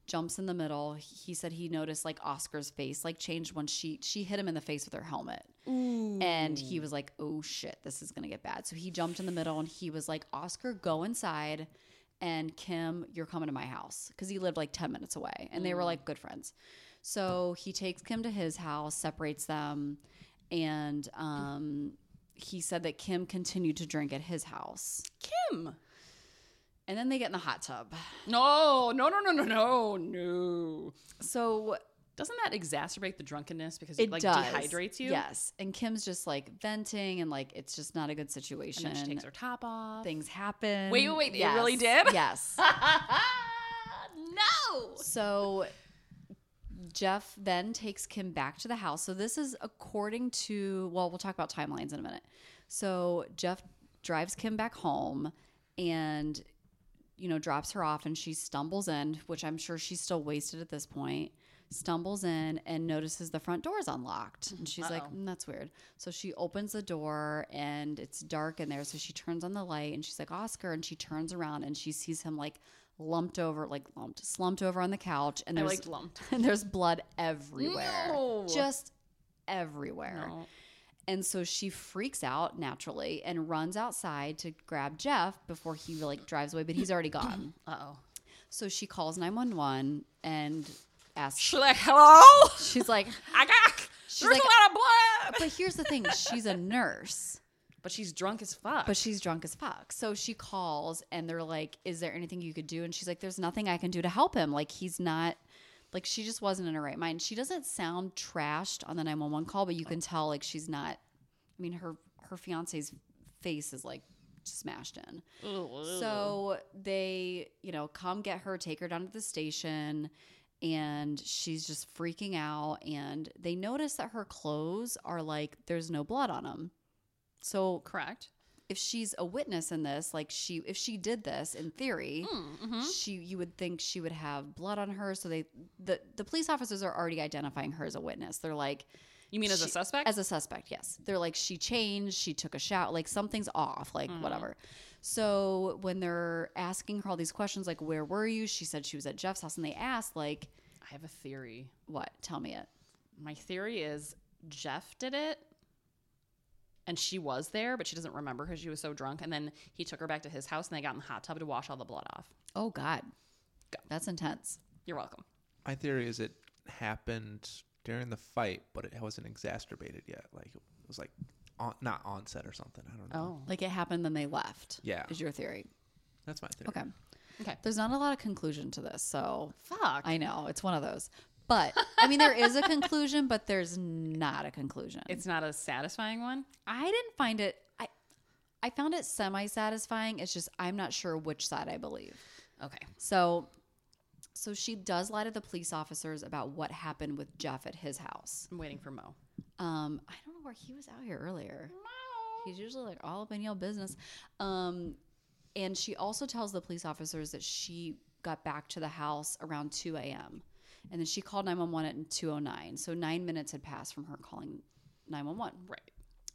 Speaker 1: jumps in the middle. He said he noticed like Oscar's face like changed when she she hit him in the face with her helmet. And he was like, "Oh shit, this is gonna get bad." So he jumped in the middle and he was like, "Oscar, go inside, and Kim, you're coming to my house," because he lived like ten minutes away, and they were like good friends. So he takes Kim to his house, separates them, and um, he said that Kim continued to drink at his house.
Speaker 3: Kim.
Speaker 1: And then they get in the hot tub.
Speaker 3: No, no, no, no, no, no, no.
Speaker 1: So
Speaker 3: Doesn't that exacerbate the drunkenness because
Speaker 1: it
Speaker 3: it like
Speaker 1: does.
Speaker 3: dehydrates you?
Speaker 1: Yes. And Kim's just like venting and like it's just not a good
Speaker 3: And
Speaker 1: situation.
Speaker 3: then she takes her top off.
Speaker 1: Things happen.
Speaker 3: Wait, wait, wait, it really did?
Speaker 1: Yes.
Speaker 3: no.
Speaker 1: so Jeff then takes Kim back to the house. So this is according to well, we'll talk about timelines in a minute. So Jeff drives Kim back home and you know, drops her off and she stumbles in, which I'm sure she's still wasted at this point. Stumbles in and notices the front door is unlocked. And she's like,
Speaker 3: Uh-oh.
Speaker 1: "Mm, that's weird. So she opens the door and it's dark in there. So she turns on the light and she's like, Oscar. And she turns around and she sees him like lumped over, like lumped, slumped over on the couch. And
Speaker 3: I
Speaker 1: there's,
Speaker 3: liked lumped.
Speaker 1: and there's blood everywhere.
Speaker 3: No.
Speaker 1: Just everywhere.
Speaker 3: No.
Speaker 1: And so she freaks out naturally and runs outside to grab Jeff before he like drives away, but he's already gone.
Speaker 3: Uh oh.
Speaker 1: So she calls 911 and asks,
Speaker 3: She's like, hello?
Speaker 1: she's like,
Speaker 3: I got, there's
Speaker 1: like-
Speaker 3: a lot of blood.
Speaker 1: but here's the thing, she's a nurse,
Speaker 3: But she's drunk as fuck.
Speaker 1: but she's drunk as fuck. So she calls and they're like, is there anything you could do? And she's like, there's nothing I can do to help him. Like, he's not, like, she just wasn't in her right mind. She doesn't sound trashed on the 911 call, but you can tell, like, she's not, I mean, her, her fiance's face is like smashed in. So they, you know, come get her, take her down to the station, and she's just freaking out. And they notice that her clothes are like, there's no blood on them. So
Speaker 3: correct.
Speaker 1: if she's a witness in this, like she, if she did this in theory,
Speaker 3: Mm-hmm.
Speaker 1: she, you would think she would have blood on her. So they, the the police officers are already identifying her as a witness. They're like,
Speaker 3: You mean as a
Speaker 1: She-
Speaker 3: suspect?
Speaker 1: as a suspect, yes. They're like, she changed, she took a shower, like something's off, like whatever. So when they're asking her all these questions, like, where were you? She said she was at Jeff's house. And they asked, like,
Speaker 3: I have a theory.
Speaker 1: what? Tell me it.
Speaker 3: My theory is Jeff did it and she was there, but she doesn't remember because she was so drunk. And then he took her back to his house and they got in the hot tub to wash all the blood off.
Speaker 1: Oh, God. That's intense.
Speaker 3: You're welcome.
Speaker 2: My theory is it happened during the fight, but it wasn't exacerbated yet. Like it was like on, not onset or something. I don't know.
Speaker 3: Oh.
Speaker 1: Like it happened, then they left.
Speaker 2: Yeah.
Speaker 1: Is your theory.
Speaker 2: That's my theory.
Speaker 1: Okay.
Speaker 3: Okay.
Speaker 1: There's not a lot of conclusion to this. So
Speaker 3: Fuck.
Speaker 1: I know it's one of those. But I mean, there is a conclusion, but there's not a conclusion.
Speaker 3: it's not a satisfying one.
Speaker 1: I didn't find it. I I found it semi satisfying. It's just I'm not sure which side I believe.
Speaker 3: Okay.
Speaker 1: So so she does lie to the police officers about what happened with Jeff at his house.
Speaker 3: I'm waiting for Mo.
Speaker 1: Um, I don't know where he was out here earlier. He's usually like all up in your business. Um, and she also tells the police officers that she got back to the house around 2 a.m. And then she called 911 at 2:09. So nine minutes had passed from her calling 911.
Speaker 3: Right.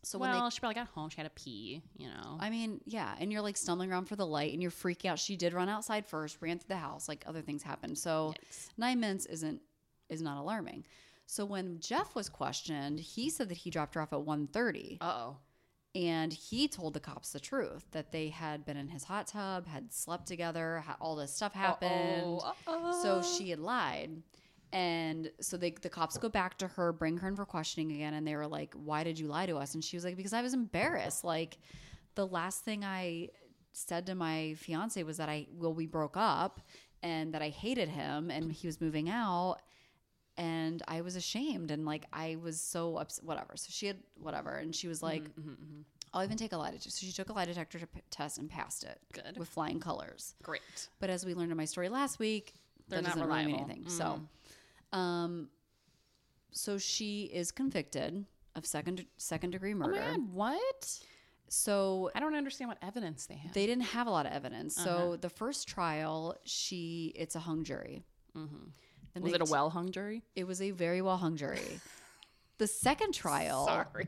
Speaker 1: So when they
Speaker 3: well, she probably got home. She had a pee, you know.
Speaker 1: I mean, yeah, and you're like stumbling around for the light and you're freaking out. She did run outside first, ran through the house, like other things happened. So
Speaker 3: Yikes.
Speaker 1: nine minutes isn't is not alarming. So when Jeff was questioned, he said that he dropped her off at 1.30
Speaker 3: Uh oh.
Speaker 1: and he told the cops the truth that they had been in his hot tub, had slept together, ha- all this stuff happened. So she had lied. And so they, the cops go back to her, bring her in for questioning again. And they were like, Why did you lie to us? And she was like, Because I was embarrassed. Like, the last thing I said to my fiance was that I, well, we broke up and that I hated him and he was moving out. And I was ashamed and like I was so upset, whatever. So she had whatever. And she was like, I'll even take a lie detector. So she took a lie detector t- test and passed it
Speaker 3: Good.
Speaker 1: with flying colors.
Speaker 3: Great.
Speaker 1: But as we learned in my story last week,
Speaker 3: They're
Speaker 1: that
Speaker 3: not Mm.
Speaker 1: doesn't really mean
Speaker 3: reliable.
Speaker 1: anything. So, um, so she is convicted of second second degree
Speaker 3: Oh
Speaker 1: murder.
Speaker 3: my God, what?
Speaker 1: So
Speaker 3: I don't understand what evidence they have.
Speaker 1: they didn't have a lot of evidence.
Speaker 3: Uh-huh.
Speaker 1: So the first trial, she it's a hung jury. Mm-hmm.
Speaker 3: was it a well hung jury?
Speaker 1: It was a very well hung jury. The second trial,
Speaker 3: Sorry.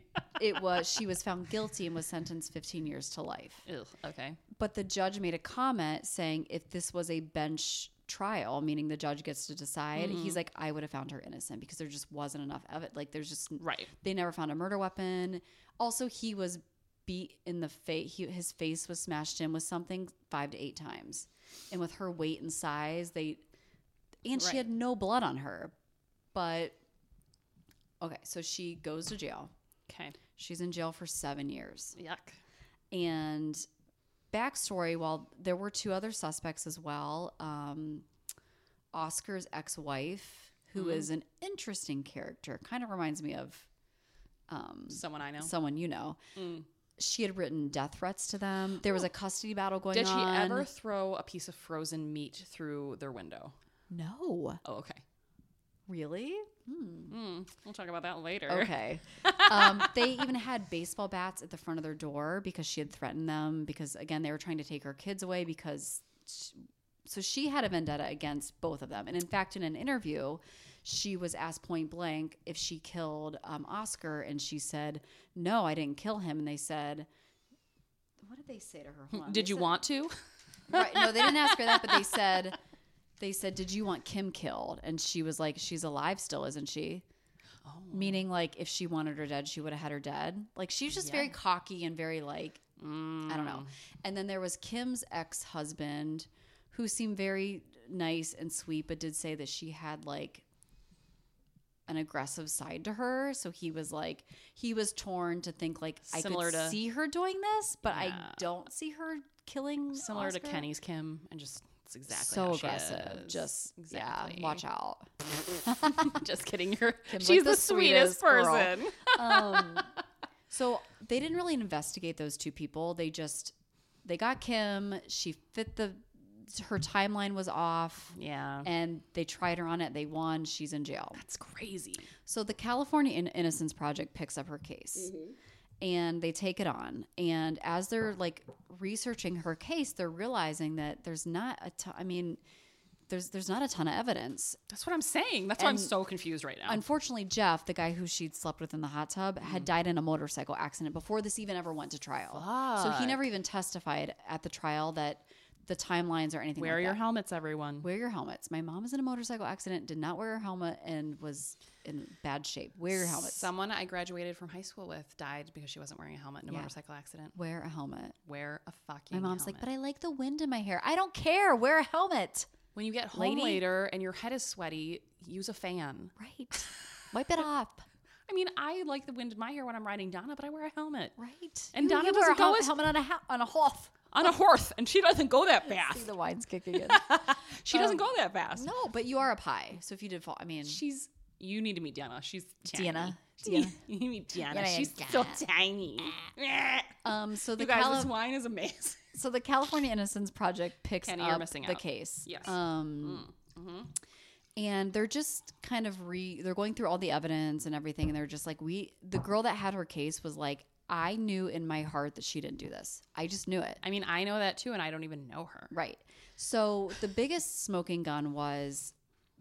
Speaker 1: it was she was found guilty and was sentenced 15 years to life.
Speaker 3: Ugh, okay.
Speaker 1: But the judge made a comment saying if this was a bench trial, meaning the judge gets to decide, he's like, I would have found her innocent because there just wasn't enough evidence. Like there's just
Speaker 3: Right.
Speaker 1: they never found a murder weapon. Also, he was beat in the face. He, his face was smashed in with something five to eight times, and with her weight and size, they and
Speaker 3: Right.
Speaker 1: she had no blood on her. But okay, so she goes to jail.
Speaker 3: Okay.
Speaker 1: She's in jail for seven years.
Speaker 3: Yuck.
Speaker 1: And backstory: while there were two other suspects as well, um, Oscar's ex-wife, who is
Speaker 3: Mm-hmm.
Speaker 1: an interesting character, kind of reminds me of um,
Speaker 3: Someone I know.
Speaker 1: someone you know.
Speaker 3: Mm.
Speaker 1: She had written death threats to them. There was a custody battle going
Speaker 3: Did she
Speaker 1: on.
Speaker 3: ever throw a piece of frozen meat through their window?
Speaker 1: No.
Speaker 3: Oh, okay.
Speaker 1: Really? Hmm.
Speaker 3: Mm, we'll talk about that later.
Speaker 1: Okay. um, they even had baseball bats at the front of their door because she had threatened them because, again, they were trying to take her kids away because. sh so she had a vendetta against both of them. And in fact, in an interview, she was asked point blank if she killed um, Oscar, and she said, No, I didn't kill him. And they said, What did they say to her? Hold on.
Speaker 3: Did
Speaker 1: They
Speaker 3: you
Speaker 1: said-
Speaker 3: want to?
Speaker 1: Right. No, they didn't ask her that, but they said, they said, did you want Kim killed? And she was like, she's alive still, isn't she?
Speaker 3: Oh.
Speaker 1: Meaning, like, if she wanted her dead, she would have had her dead. Like, she was just very cocky and very, like,
Speaker 3: Mm,
Speaker 1: I don't know. And then there was Kim's ex husband who seemed very nice and sweet, but did say that she had, like, an aggressive side to her. So he was like, he was torn to think, like, I
Speaker 3: Similar
Speaker 1: could
Speaker 3: to-
Speaker 1: see her doing this, but I
Speaker 3: Yeah.
Speaker 1: don't see her killing
Speaker 3: Similar to
Speaker 1: Oscar.
Speaker 3: Kenny's Kim, and just it's exactly
Speaker 1: so
Speaker 3: how she
Speaker 1: aggressive.
Speaker 3: is.
Speaker 1: Just
Speaker 3: exactly.
Speaker 1: yeah, watch out.
Speaker 3: just kidding. You're,
Speaker 1: Kim's
Speaker 3: she's
Speaker 1: like
Speaker 3: the,
Speaker 1: the
Speaker 3: sweetest,
Speaker 1: sweetest girl.
Speaker 3: person.
Speaker 1: Um, so they didn't really investigate those two people. They just they got Kim. She fit the her timeline was off,
Speaker 3: Yeah,
Speaker 1: and they tried her on it. They won. She's in jail.
Speaker 3: that's crazy.
Speaker 1: So the California In- Innocence Project picks up her case.
Speaker 3: Mm-hmm.
Speaker 1: And they take it on. And as they're like researching her case, they're realizing that there's not a ton, I mean, there's there's not a ton of evidence.
Speaker 3: That's what I'm saying. That's why I'm
Speaker 1: And-
Speaker 3: so confused right now.
Speaker 1: Unfortunately, Jeff, the guy who she'd slept with in the hot tub, had died in a motorcycle accident before this even ever went to trial. So he never even testified at the trial that the timelines or anything.
Speaker 3: Wear
Speaker 1: like
Speaker 3: your
Speaker 1: that.
Speaker 3: helmets, everyone.
Speaker 1: wear your helmets. My mom was in a motorcycle accident, did not wear her helmet, and was in bad shape. Wear your helmets.
Speaker 3: Someone I graduated from high school with died because she wasn't wearing a helmet in a
Speaker 1: Yeah.
Speaker 3: motorcycle accident.
Speaker 1: wear a helmet.
Speaker 3: Wear a fucking.
Speaker 1: My mom's like,
Speaker 3: helmet.
Speaker 1: but I like the wind in my hair. I don't care. Wear a helmet.
Speaker 3: when you get home
Speaker 1: lady-
Speaker 3: later and your head is sweaty, use a fan.
Speaker 1: Right. Wipe it off.
Speaker 3: I mean, I like the wind in my hair when I'm riding Donna, but I wear a helmet
Speaker 1: Right.
Speaker 3: And
Speaker 1: wear
Speaker 3: Donna
Speaker 1: a
Speaker 3: doesn't go
Speaker 1: hel-
Speaker 3: as-
Speaker 1: helmet on a ho- on a hoof.
Speaker 3: on a horse, and she doesn't go that
Speaker 1: See
Speaker 3: fast.
Speaker 1: the wine's kicking in.
Speaker 3: She doesn't go that fast.
Speaker 1: Oh. no, but you are up high. So if you did fall, I mean,
Speaker 3: She's. You need to meet Donna. She's tiny.
Speaker 1: Deanna.
Speaker 3: She-
Speaker 1: Deanna.
Speaker 3: you meet Deanna.
Speaker 1: Yeah, yeah,
Speaker 3: She's
Speaker 1: Deanna.
Speaker 3: so tiny.
Speaker 1: Um, so the
Speaker 3: you guys,
Speaker 1: Cali-
Speaker 3: this wine is amazing.
Speaker 1: so the California Innocence Project picks
Speaker 3: Kenny, you're
Speaker 1: up
Speaker 3: missing
Speaker 1: the
Speaker 3: out.
Speaker 1: case.
Speaker 3: Yes. Mm, mm-hmm.
Speaker 1: Um, and they're just kind of re they're going through all the evidence and everything, and they're just like, we the girl that had her case was like, I knew in my heart that she didn't do this. I just knew it.
Speaker 3: I mean, I know that too, and I don't even know her.
Speaker 1: Right. So the biggest smoking gun was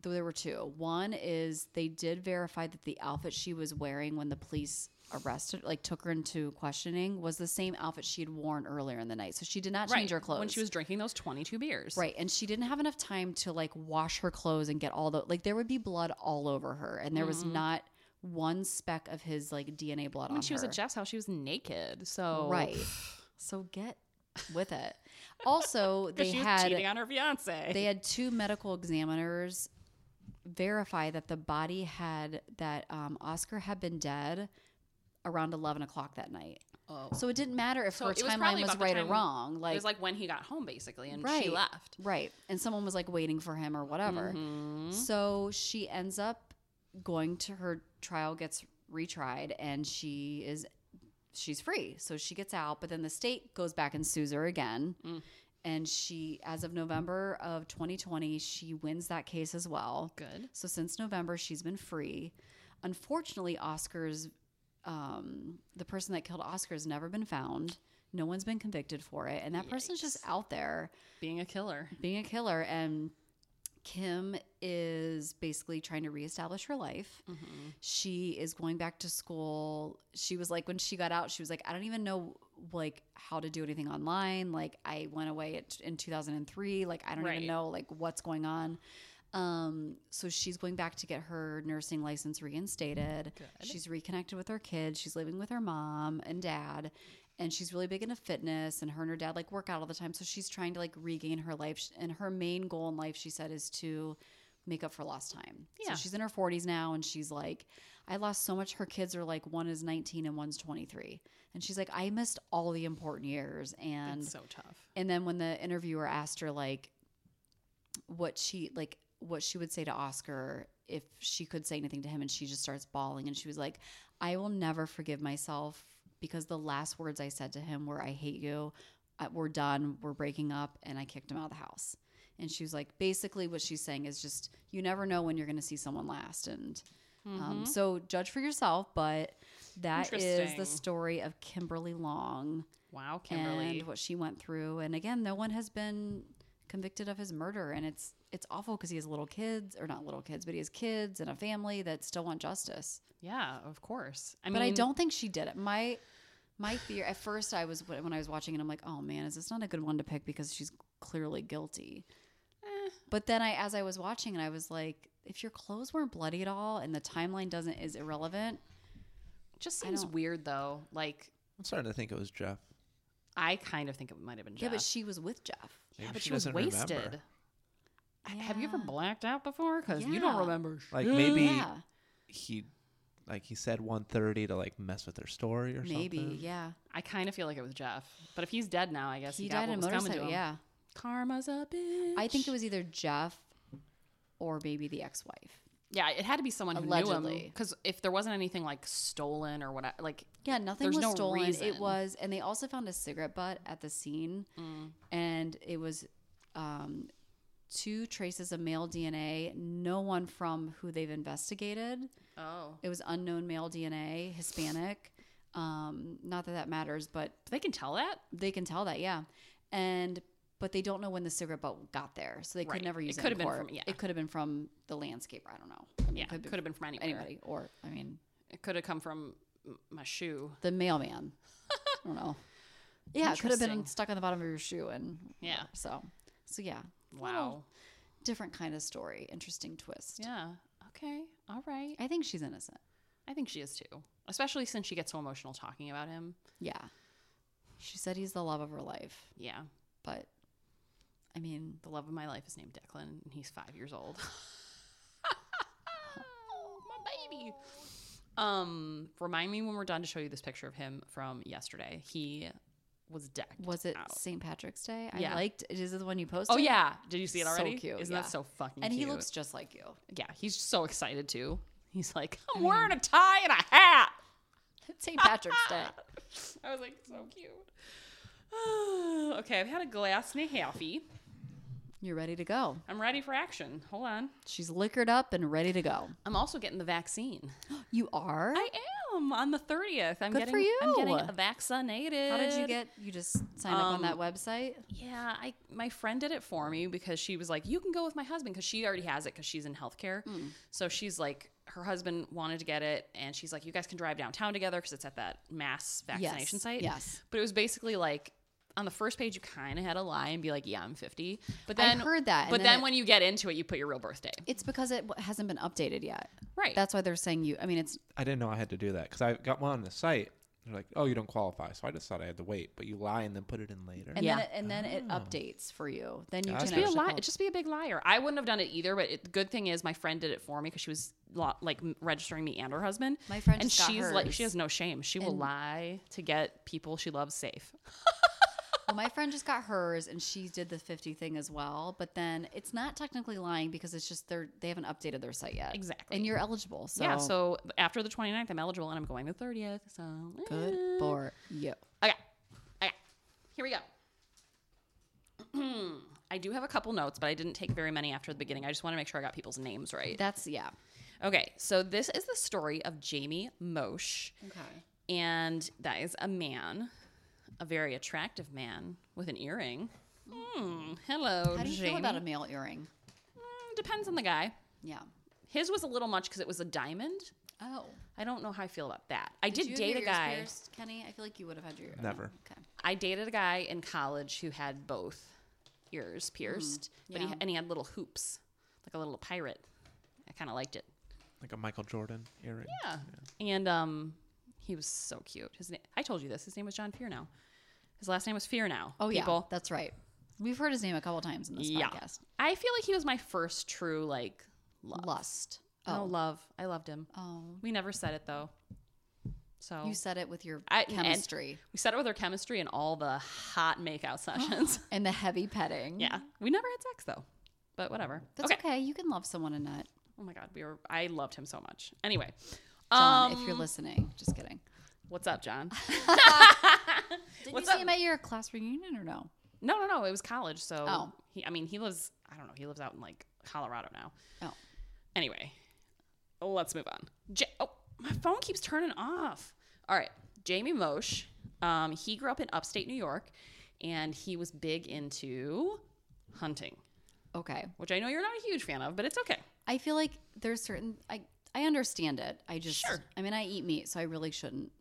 Speaker 1: though there were two. One is they did verify that the outfit she was wearing when the police arrested like took her into questioning was the same outfit she had worn earlier in the night. So she did not change her clothes.
Speaker 3: when she was drinking those twenty-two beers.
Speaker 1: Right. And she didn't have enough time to like wash her clothes and get all the like there would be blood all over her and there was not one speck of his like DNA blood on
Speaker 3: Mm-hmm. When she was
Speaker 1: her.
Speaker 3: at Jeff's house, she was naked. So
Speaker 1: Right. so get with it. Also, they
Speaker 3: she was
Speaker 1: had
Speaker 3: cheating on her fiance.
Speaker 1: they had two medical examiners verify that the body had that um, Oscar had been dead around eleven o'clock that night.
Speaker 3: oh.
Speaker 1: So it didn't matter if
Speaker 3: So
Speaker 1: her
Speaker 3: it was
Speaker 1: timeline
Speaker 3: probably
Speaker 1: was,
Speaker 3: about the
Speaker 1: right or
Speaker 3: time-
Speaker 1: wrong.
Speaker 3: it
Speaker 1: Like,
Speaker 3: was like when he got home, basically, and she
Speaker 1: Right.
Speaker 3: left.
Speaker 1: right, and someone was like waiting for him or
Speaker 3: Mm-hmm.
Speaker 1: whatever. So she ends up going to her trial, gets retried, and she is she's free. So she gets out, but then the state goes back and sues her again. And she, as of November of 2020, she wins that case as well.
Speaker 3: Good.
Speaker 1: So since November, she's been free. Unfortunately, Oscar's um, the person that killed Oscar has never been found. No one's been convicted for it, and that person's just out there
Speaker 3: being a killer.
Speaker 1: being a killer. And Kim is basically trying to reestablish her life. She is going back to school. She was like, when she got out, she was like, I don't even know like how to do anything online. Like I went away at, in 2003. Like I don't
Speaker 3: Right.
Speaker 1: even know like what's going on. Um, so she's going back to get her nursing license reinstated. She's reconnected with her kids. She's living with her mom and dad, and she's really big into fitness. And her and her dad like work out all the time. So she's trying to like regain her life. Sh- And her main goal in life, she said, is to make up for lost time.
Speaker 3: Yeah.
Speaker 1: So she's in her 40s now, and she's like, I lost so much. Her kids are like one is 19 and one's 23, and she's like, I missed all the important years. And
Speaker 3: It's so tough.
Speaker 1: and then when the interviewer asked her like what she like what she would say to Oscar if she could say anything to him and she just starts bawling and she was like, I will never forgive myself because the last words I said to him were I hate you, uh, we're done, we're breaking up and I kicked him out of the house. And she was like basically what she's saying is just you never know when you're going to see someone last and um, so judge for yourself, but that is
Speaker 3: Interesting.
Speaker 1: the story of Kimberly Long
Speaker 3: Wow, Kimberly.
Speaker 1: and what she went through. And again, no one has been convicted of his murder, and it's it's awful because he has little kids, or not little kids, but he has kids and a family that still want justice.
Speaker 3: yeah, of course. I
Speaker 1: but I
Speaker 3: mean,
Speaker 1: don't think she did it. My my theory at first, I was when I was watching it, I'm like, oh man, is this not a good one to pick because she's clearly guilty.
Speaker 3: Eh.
Speaker 1: But then I, as I was watching, and I was like, if your clothes weren't bloody at all, and the timeline doesn't is irrelevant,
Speaker 3: Just
Speaker 1: I
Speaker 3: seems
Speaker 1: don't-
Speaker 3: weird though. Like
Speaker 2: I'm starting to think it was Jeff.
Speaker 3: I kind of think it might have been Jeff.
Speaker 1: yeah, but she was with Jeff.
Speaker 3: Yeah,
Speaker 2: Maybe
Speaker 3: but
Speaker 2: she
Speaker 3: she was
Speaker 2: doesn't remember.
Speaker 3: wasted. I- Have you ever
Speaker 1: Yeah.
Speaker 3: blacked out before? Because you don't
Speaker 1: Yeah.
Speaker 3: remember.
Speaker 2: Like
Speaker 3: shit.
Speaker 2: maybe
Speaker 1: Yeah,
Speaker 2: he, like he said 1:30 to like mess with their story or
Speaker 1: maybe,
Speaker 2: something.
Speaker 1: yeah.
Speaker 3: I kind of feel like it was Jeff. But if he's dead now, I guess he,
Speaker 1: He
Speaker 3: got
Speaker 1: died
Speaker 3: what
Speaker 1: in a
Speaker 3: was coming to
Speaker 1: motorcycle.
Speaker 3: him.
Speaker 1: Yeah.
Speaker 3: Karma's a bitch.
Speaker 1: I think it was either Jeff or maybe the ex-wife.
Speaker 3: Yeah, it had to be someone who knew him.
Speaker 1: Allegedly.
Speaker 3: Because if there wasn't anything like stolen or what, like
Speaker 1: Yeah, nothing
Speaker 3: There's
Speaker 1: was
Speaker 3: no
Speaker 1: stolen.
Speaker 3: reason.
Speaker 1: It was, and they also found a cigarette butt at the scene, and it was um, two traces of male DNA. No one from who they've investigated.
Speaker 3: oh,
Speaker 1: It was unknown male DNA, Hispanic. Um, not that that matters, but
Speaker 3: they can tell that.
Speaker 1: they can tell that, yeah. And but they don't know when the cigarette butt got there, so they
Speaker 3: Right.
Speaker 1: could never
Speaker 3: It
Speaker 1: use it.
Speaker 3: could
Speaker 1: in
Speaker 3: have been
Speaker 1: court.
Speaker 3: from- yeah.
Speaker 1: It could have been from the landscaper. I don't know. I mean,
Speaker 3: Yeah,
Speaker 1: it could have been
Speaker 3: been from anywhere.
Speaker 1: anybody, or I mean,
Speaker 3: It could have come from m- my shoe.
Speaker 1: the mailman. I don't know. Yeah, it could have been
Speaker 3: Interesting.
Speaker 1: stuck on the bottom of your shoe and
Speaker 3: Yeah.
Speaker 1: So, so yeah,
Speaker 3: Wow.
Speaker 1: different kind of story, interesting twist.
Speaker 3: Yeah. Okay. All right.
Speaker 1: I think she's innocent.
Speaker 3: I think she is too, especially since she gets so emotional talking about him.
Speaker 1: Yeah, she said he's the love of her life,
Speaker 3: Yeah.
Speaker 1: but I mean,
Speaker 3: The love of my life is named Declan, and he's five years old. my baby. Um, remind me when we're done to show you this picture of him from yesterday. He was decked.
Speaker 1: was it
Speaker 3: out.
Speaker 1: St. Patrick's Day? I
Speaker 3: Yeah.
Speaker 1: liked. Is it the one you posted?
Speaker 3: Oh yeah. Did you see it
Speaker 1: So
Speaker 3: already?
Speaker 1: cute,
Speaker 3: Isn't
Speaker 1: yeah.
Speaker 3: that so fucking
Speaker 1: and
Speaker 3: cute?
Speaker 1: he looks just like you.
Speaker 3: Yeah, he's so excited too. He's like, I'm wearing a tie and a hat.
Speaker 1: St. Patrick's Day.
Speaker 3: I was like, so cute. okay, I've had a glass and a halfie.
Speaker 1: You're ready to go.
Speaker 3: I'm ready for action. Hold on.
Speaker 1: She's liquored up and ready to go.
Speaker 3: I'm also getting the vaccine.
Speaker 1: You are.
Speaker 3: I am on the 30th. I'm
Speaker 1: Good
Speaker 3: getting
Speaker 1: for
Speaker 3: I'm
Speaker 1: you.
Speaker 3: getting vaccinated.
Speaker 1: How did you get? You just signed up
Speaker 3: Um,
Speaker 1: on that website.
Speaker 3: Yeah, I my friend did it for me because she was like, "You can go with my husband because she already has it because she's in healthcare."
Speaker 1: Hmm.
Speaker 3: So she's like, her husband wanted to get it, and she's like, "You guys can drive downtown together because it's at that mass vaccination
Speaker 1: Yes,
Speaker 3: site."
Speaker 1: yes.
Speaker 3: but it was basically like. On the first page, you kind of had to lie and be like, "Yeah, I'm 50," but then
Speaker 1: heard that, and
Speaker 3: But
Speaker 1: then
Speaker 3: then
Speaker 1: it-
Speaker 3: when you get into it, you put your real birthday,
Speaker 1: It's because it w- hasn't been updated yet.
Speaker 3: right?
Speaker 1: That's why they're saying you. I mean, it's
Speaker 2: I didn't know I had to do that because I got one on the site. They're like, oh, you don't qualify, so I just thought I had to wait. But you lie and then put it in later.
Speaker 1: and
Speaker 3: Yeah.
Speaker 1: then it, and then it updates for you. Then you just
Speaker 2: Gotcha. Just
Speaker 3: be a
Speaker 2: Actually
Speaker 3: li- just be a big liar. I wouldn't have done it either, but it, the good thing is my friend did it for me because she was lo- like m- registering me and her husband.
Speaker 1: My friend
Speaker 3: and
Speaker 1: just got
Speaker 3: she's like
Speaker 1: hers.
Speaker 3: she has no shame. She will lie to get people she loves safe.
Speaker 1: Well, my friend just got hers, and she did the fifty thing as well. But then it's not technically lying because it's just they're they haven't updated their site yet.
Speaker 3: Exactly.
Speaker 1: and you're eligible. So
Speaker 3: yeah. So after the 29th, I'm eligible and I'm going the 30th. So
Speaker 1: good
Speaker 3: eh.
Speaker 1: for you.
Speaker 3: Okay. Okay. Here we go. I do have a couple notes, but I didn't take very many after the beginning. I just want to make sure I got people's names right.
Speaker 1: That's yeah.
Speaker 3: Okay, so this is the story of Jamie Mosh,
Speaker 1: Okay.
Speaker 3: and that is a man, a very attractive man with an earring. Hmm. hello,
Speaker 1: How do you
Speaker 3: Jamie.
Speaker 1: feel about a male earring?
Speaker 3: Mm, Depends on the guy.
Speaker 1: Yeah.
Speaker 3: His was a little much because it was a diamond.
Speaker 1: Oh.
Speaker 3: I don't know how I feel about that. I did,
Speaker 1: you have
Speaker 3: date
Speaker 1: your ears
Speaker 3: a guy.
Speaker 1: pierced, Kenny? I feel like you would have had your oh,
Speaker 2: Never.
Speaker 1: Okay.
Speaker 3: I dated a guy in college who had both ears pierced, but he
Speaker 1: Hmm, yeah.
Speaker 3: and he had little hoops, like a little pirate. I kind of liked it.
Speaker 2: Like a Michael Jordan earring.
Speaker 3: Yeah. And um, he was so cute. His name, I told you this. His name was John Fear now. His last name was Fear now.
Speaker 1: Oh yeah,
Speaker 3: people.
Speaker 1: that's right. We've heard his name a couple times in this
Speaker 3: Yeah.
Speaker 1: podcast.
Speaker 3: I feel like he was my first true like love.
Speaker 1: Lust.
Speaker 3: Oh.
Speaker 1: Oh.
Speaker 3: love. I loved him.
Speaker 1: Oh.
Speaker 3: We never said it though. So
Speaker 1: You said it with your
Speaker 3: Oh. I- and-
Speaker 1: chemistry
Speaker 3: we said it with our chemistry and all the hot makeout sessions.
Speaker 1: and, the heavy petting.
Speaker 3: yeah. We never had sex though. But whatever.
Speaker 1: That's okay. You can love someone and not.
Speaker 3: Oh my god, we were I loved him so much. Anyway.
Speaker 1: John,
Speaker 3: um
Speaker 1: if you're listening, just kidding.
Speaker 3: what's up, John?
Speaker 1: Did
Speaker 3: what's
Speaker 1: you see
Speaker 3: up?
Speaker 1: him at your class reunion or no?
Speaker 3: no, no, no, it was college, so
Speaker 1: Oh.
Speaker 3: he I mean, he lives I don't know, he lives out in like Colorado now.
Speaker 1: Oh.
Speaker 3: Anyway, let's move on. Ja oh, my phone keeps turning off. All right, Jamie Mosh. Um, he grew up in upstate New York, and he was big into hunting,
Speaker 1: Okay.
Speaker 3: which I know you're not a huge fan of, but it's okay.
Speaker 1: I feel like there's certain I I understand it. I just
Speaker 3: Sure.
Speaker 1: I mean I eat meat, so I really shouldn't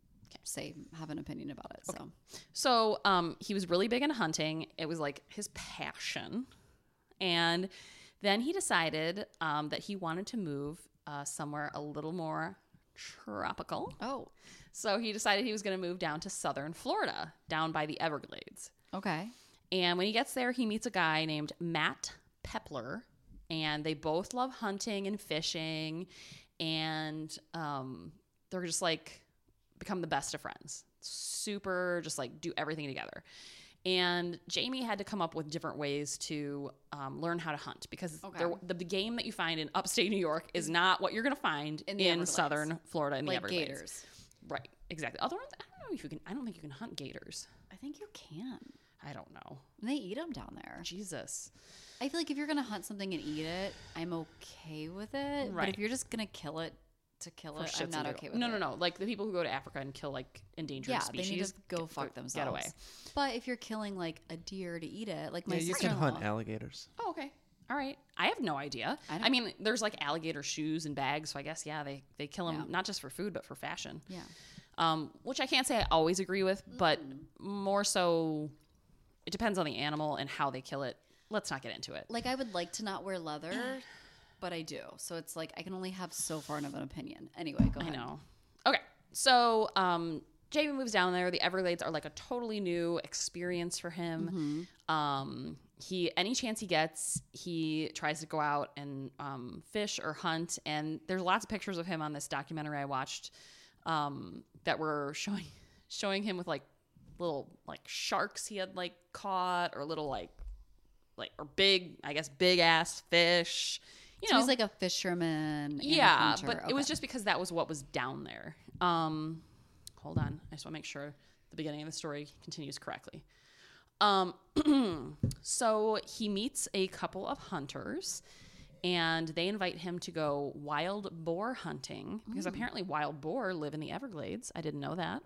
Speaker 1: say have an opinion about it. So
Speaker 3: So um, he was really big into hunting. It was like his passion. And then he decided um, that he wanted to move uh, somewhere a little more tropical.
Speaker 1: Oh.
Speaker 3: So he decided he was going to move down to southern Florida, down by the Everglades.
Speaker 1: Okay.
Speaker 3: And when he gets there, he meets a guy named Matt Pepler, and they both love hunting and fishing, and um, they're just like become the best of friends. Super, just like do everything together. And Jamie had to come up with different ways to um, learn how to hunt because
Speaker 1: Okay.
Speaker 3: there, the, the game that you find in upstate New York is not what you're going to find
Speaker 1: In
Speaker 3: in,
Speaker 1: the Everglades.
Speaker 3: southern Florida in the
Speaker 1: Like
Speaker 3: Everglades.
Speaker 1: gators.
Speaker 3: Right, exactly. Other ones, I don't know if you can. I don't think you can hunt gators.
Speaker 1: I think you can.
Speaker 3: I don't know.
Speaker 1: They eat them down there.
Speaker 3: Jesus.
Speaker 1: I feel like if you're gonna hunt something and eat it, I'm okay with it. But
Speaker 3: Right.
Speaker 1: if you're just gonna kill it to kill
Speaker 3: for
Speaker 1: it,
Speaker 3: shits
Speaker 1: I'm
Speaker 3: and
Speaker 1: not
Speaker 3: giggles.
Speaker 1: okay with
Speaker 3: no,
Speaker 1: it.
Speaker 3: No, no, Like the people who go to Africa and kill like endangered
Speaker 1: Yeah,
Speaker 3: species.
Speaker 1: they need to go fuck
Speaker 3: get
Speaker 1: themselves.
Speaker 3: away.
Speaker 1: But if you're killing like a deer to eat it, like my
Speaker 2: Yeah, you can
Speaker 1: sister-in-law-
Speaker 2: hunt alligators.
Speaker 3: Oh, okay. All right. I have no idea.
Speaker 1: I
Speaker 3: I,
Speaker 1: don't-
Speaker 3: mean, there's like alligator shoes and bags, so I guess yeah, they they kill them
Speaker 1: Yeah.
Speaker 3: not just for food but for fashion.
Speaker 1: Yeah.
Speaker 3: Um, which I can't say I always agree with, but
Speaker 1: Mm.
Speaker 3: more so, it depends on the animal and how they kill it. Let's not get into it.
Speaker 1: Like I would like to not wear leather, but I do. So it's like I can only have so far of an opinion. Anyway, go
Speaker 3: I
Speaker 1: ahead.
Speaker 3: know. Okay. So, um, Jamie moves down there. The Everglades are like a totally new experience for him.
Speaker 1: Mm-hmm.
Speaker 3: Um, he any chance he gets, he tries to go out and um, fish or hunt. And there's lots of pictures of him on this documentary I watched um, that were showing showing him with like little like sharks he had like caught or little like like or big I guess big ass fish. You
Speaker 1: So
Speaker 3: know,
Speaker 1: he's like a fisherman. and a
Speaker 3: yeah,
Speaker 1: hunter.
Speaker 3: but it was
Speaker 1: Okay.
Speaker 3: just because that was what was down there. Um, hold on, I just want to make sure the beginning of the story continues correctly. Um, so he meets a couple of hunters, and they invite him to go wild boar hunting
Speaker 1: Mm.
Speaker 3: because apparently wild boar live in the Everglades. I didn't know that.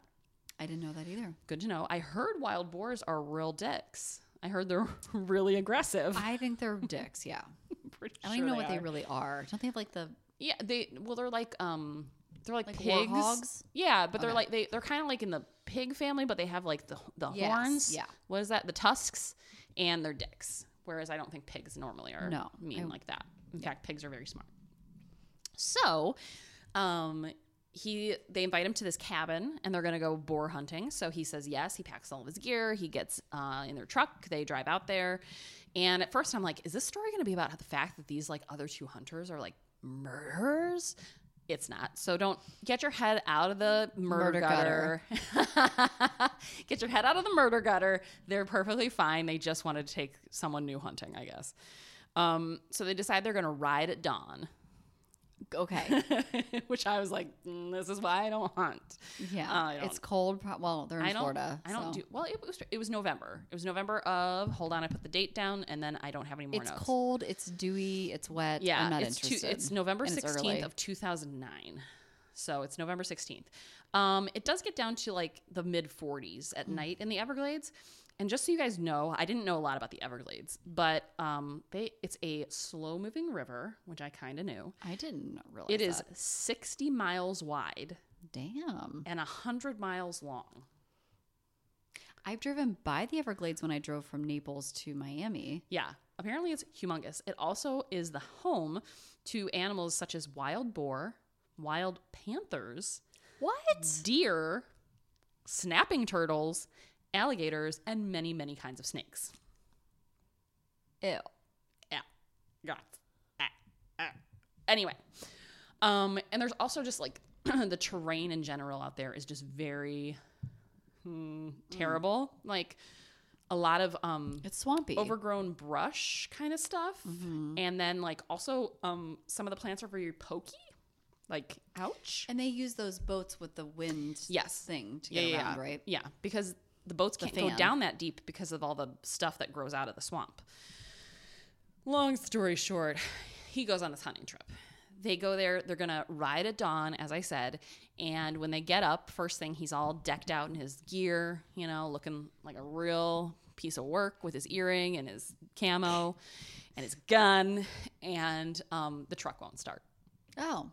Speaker 1: I didn't know that either.
Speaker 3: Good to know. I heard wild boars are real dicks. I heard they're really aggressive.
Speaker 1: I think they're dicks. Yeah,
Speaker 3: I'm pretty
Speaker 1: I don't even know what they really are. Don't they have like the
Speaker 3: Yeah, they well, they're like um, they're like,
Speaker 1: Like
Speaker 3: pigs.
Speaker 1: warthogs?
Speaker 3: Yeah, but they're
Speaker 1: Okay.
Speaker 3: like they they're kind of like in the pig family, but they have like the the
Speaker 1: Yes,
Speaker 3: horns.
Speaker 1: yeah.
Speaker 3: what is that? The tusks and their dicks. Whereas I don't think pigs normally are
Speaker 1: No,
Speaker 3: mean
Speaker 1: I-
Speaker 3: like that. In fact, pigs are very smart. So, um, he they invite him to this cabin and they're gonna go boar hunting. So he says yes. He packs all of his gear. He gets uh, in their truck. They drive out there, and at first I'm like, is this story gonna be about the fact that these like other two hunters are like murderers? It's not. So don't get your head out of the murder,
Speaker 1: Murder gutter.
Speaker 3: gutter. get your head out of the murder gutter. They're perfectly fine. They just wanted to take someone new hunting, I guess. Um, so they decide they're gonna ride at dawn
Speaker 1: Okay.
Speaker 3: which I was like, "Mm, this is why I don't hunt.
Speaker 1: Yeah.
Speaker 3: Uh, I don't-
Speaker 1: it's cold. Pro- well, they're in
Speaker 3: I don't.
Speaker 1: Florida.
Speaker 3: I don't
Speaker 1: so.
Speaker 3: do well. It was it was November. It was November of. Hold on, I put the date down, and then I don't have any more
Speaker 1: It's
Speaker 3: notes.
Speaker 1: cold. It's dewy. It's wet.
Speaker 3: Yeah,
Speaker 1: I'm not
Speaker 3: it's two-
Speaker 1: interested.
Speaker 3: it's November
Speaker 1: and it's early.
Speaker 3: sixteenth of two thousand nine. So it's November sixteenth. Um, it does get down to like the mid forties
Speaker 1: Mm.
Speaker 3: at night in the Everglades. And just so you guys know, I didn't know a lot about the Everglades, but um, they it's a slow moving river, which I kind of knew.
Speaker 1: I didn't realize
Speaker 3: It is
Speaker 1: that.
Speaker 3: sixty miles wide
Speaker 1: Damn.
Speaker 3: and hundred miles long.
Speaker 1: I've driven by the Everglades when I drove from Naples to Miami.
Speaker 3: Yeah, apparently it's humongous. It also is the home to animals such as wild boar, wild panthers,
Speaker 1: What?
Speaker 3: deer, snapping turtles, alligators, and many, many kinds of snakes.
Speaker 1: Ew.
Speaker 3: Yeah. Got. Ah, ah. Anyway, um, and there's also just like the terrain in general out there is just very hmm, terrible. Like a lot of um,
Speaker 1: It's swampy.
Speaker 3: overgrown brush kind of stuff, and then like also um, some of the plants are very pokey. Like, ouch.
Speaker 1: and they use those boats with the wind
Speaker 3: Yes.
Speaker 1: thing to get around,
Speaker 3: yeah.
Speaker 1: right?
Speaker 3: Yeah, because the boats can't go
Speaker 1: fan.
Speaker 3: down that deep because of all the stuff that grows out of the swamp. Long story short, he goes on this hunting trip. They go there, they're gonna ride at dawn, as I said, and when they get up, first thing he's all decked out in his gear, you know, looking like a real piece of work with his earring and his camo and his gun, and um, the truck won't start.
Speaker 1: Oh,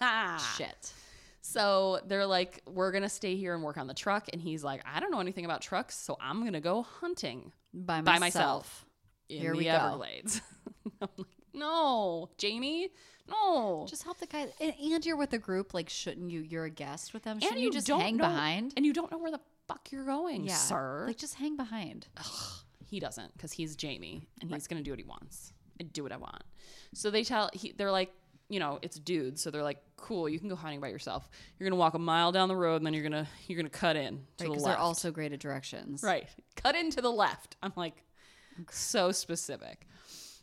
Speaker 3: Ah.
Speaker 1: shit.
Speaker 3: So they're like, we're going to stay here and work on the truck. And he's like, I don't know anything about trucks, so I'm going to go hunting
Speaker 1: By myself.
Speaker 3: by myself in
Speaker 1: Here
Speaker 3: the
Speaker 1: we go.
Speaker 3: Everglades. I'm like, no, Jamie, no.
Speaker 1: Just help the guy. And, and you're with a group. Like, shouldn't you? You're a guest with them. Shouldn't you, just
Speaker 3: don't
Speaker 1: hang
Speaker 3: know-
Speaker 1: behind?
Speaker 3: And you don't know where the fuck you're going,
Speaker 1: Yeah.
Speaker 3: sir.
Speaker 1: Like, just hang behind.
Speaker 3: he doesn't because he's Jamie and he's gonna do what he wants and do what I want. So they tell he they're like, you know, it's dudes, so they're like, cool, you can go hunting by yourself. You're gonna walk a mile down the road and then you're gonna you're gonna cut in to the
Speaker 1: Because
Speaker 3: left.
Speaker 1: they're also great at directions.
Speaker 3: Right. Cut into the left. I'm like, so specific.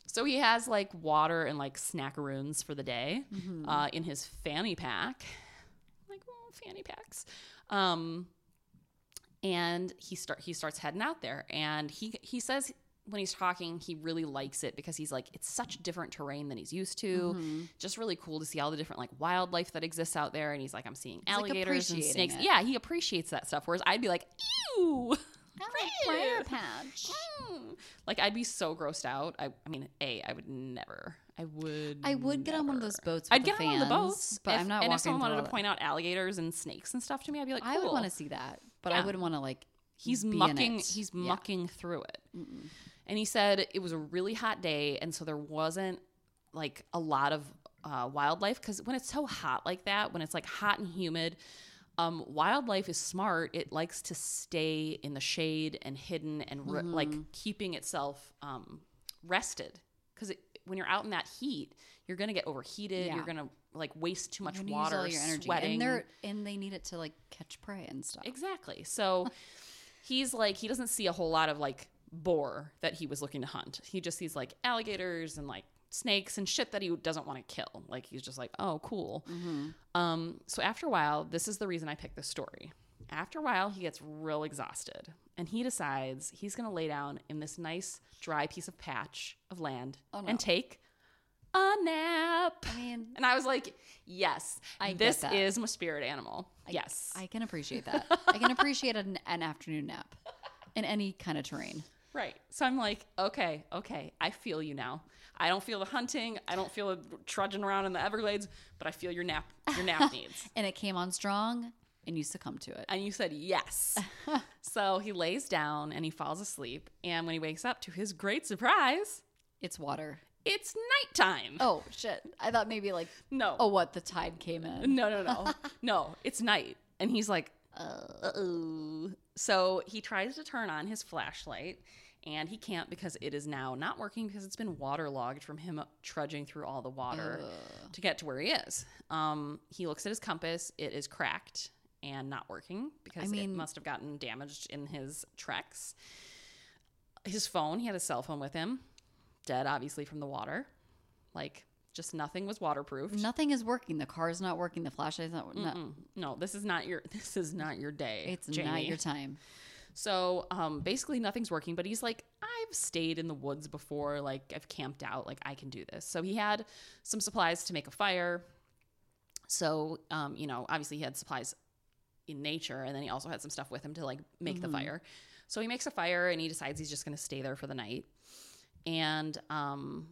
Speaker 3: So he has like water and like snackaroons for the day
Speaker 1: Mm-hmm.
Speaker 3: uh, in his fanny pack. I'm like, oh, fanny packs. Um, and he start he starts heading out there and he he says when he's talking he really likes it because he's like it's such different terrain than he's used to
Speaker 1: Mm-hmm.
Speaker 3: just really cool to see all the different like wildlife that exists out there and he's like i'm seeing
Speaker 1: like,
Speaker 3: alligators and
Speaker 1: appreciating
Speaker 3: snakes
Speaker 1: it.
Speaker 3: yeah he appreciates that stuff whereas i'd be like ew
Speaker 1: Flower patch.
Speaker 3: Mm. like I'd be so grossed out. I, I mean, a I would never. I would.
Speaker 1: I would get on one of
Speaker 3: never.
Speaker 1: those boats. With
Speaker 3: I'd get
Speaker 1: the
Speaker 3: on one of the
Speaker 1: fans,
Speaker 3: boats,
Speaker 1: but
Speaker 3: if-
Speaker 1: I'm not.
Speaker 3: And
Speaker 1: walking
Speaker 3: if someone
Speaker 1: through
Speaker 3: wanted
Speaker 1: all
Speaker 3: to
Speaker 1: that.
Speaker 3: point out alligators and snakes and stuff to me, I'd be like,
Speaker 1: I would
Speaker 3: cool.
Speaker 1: want to see that, but I
Speaker 3: Yeah.
Speaker 1: wouldn't want to like.
Speaker 3: He's
Speaker 1: be in
Speaker 3: mucking.
Speaker 1: it.
Speaker 3: He's
Speaker 1: Yeah.
Speaker 3: mucking through it. And he said it was a really hot day, and so there wasn't like a lot of uh, wildlife because when it's so hot like that, when it's like hot and humid. Um, wildlife is smart. It likes to stay in the shade and hidden and
Speaker 1: Mm-hmm.
Speaker 3: re- like keeping itself um, rested. Because it, when you're out in that heat, you're gonna get overheated.
Speaker 1: Yeah.
Speaker 3: You're gonna like waste too much
Speaker 1: You're gonna use
Speaker 3: water,
Speaker 1: all your energy,
Speaker 3: sweating.
Speaker 1: and they're and they need it to like catch prey and stuff.
Speaker 3: Exactly. So he's like, he doesn't see a whole lot of like boar that he was looking to hunt. He just sees like alligators and like snakes and shit that he doesn't want to kill. Like he's just like, oh, cool.
Speaker 1: Mm-hmm.
Speaker 3: Um, so after a while, this is the reason I picked this story. After a while, he gets real exhausted and he decides he's going to lay down in this nice dry piece of patch of land
Speaker 1: Oh, no.
Speaker 3: and take a nap.
Speaker 1: I mean,
Speaker 3: And I was like, yes,
Speaker 1: I get
Speaker 3: this
Speaker 1: that.
Speaker 3: is my spirit animal. yes.
Speaker 1: I can appreciate that. I can appreciate an, an afternoon nap in any kind of terrain.
Speaker 3: Right. So I'm like, okay, okay, I feel you now. I don't feel the hunting. I don't feel the trudging around in the Everglades, but I feel your nap, your nap needs.
Speaker 1: And it came on strong, and you succumbed to it.
Speaker 3: And you said yes. so he lays down and he falls asleep. And when he wakes up, to his great surprise,
Speaker 1: It's water.
Speaker 3: it's nighttime.
Speaker 1: Oh shit! I thought maybe like,
Speaker 3: no.
Speaker 1: oh, what the tide came in.
Speaker 3: No, no, no. no, it's night. And he's like, uh-oh. So he tries to turn on his flashlight and he can't because it is now not working because it's been waterlogged from him trudging through all the water to get to where he is. Um, he looks at his compass, it is cracked and not working because it
Speaker 1: mean-
Speaker 3: must have gotten damaged in his treks. His phone, he had a cell phone with him, dead obviously from the water. Like, Just nothing was waterproofed.
Speaker 1: Nothing is working. The car's not working. The flashlight's not. No,
Speaker 3: Mm, No, this is not your this is not your day.
Speaker 1: it's not
Speaker 3: Jamie.
Speaker 1: your time.
Speaker 3: So um, basically, nothing's working, but he's like, I've stayed in the woods before. Like, I've camped out. Like, I can do this. So he had some supplies to make a fire. So, um, you know, obviously he had supplies in nature, and then he also had some stuff with him to like make
Speaker 1: Mm-hmm.
Speaker 3: the fire. So he makes a fire and he decides he's just going to stay there for the night. And um,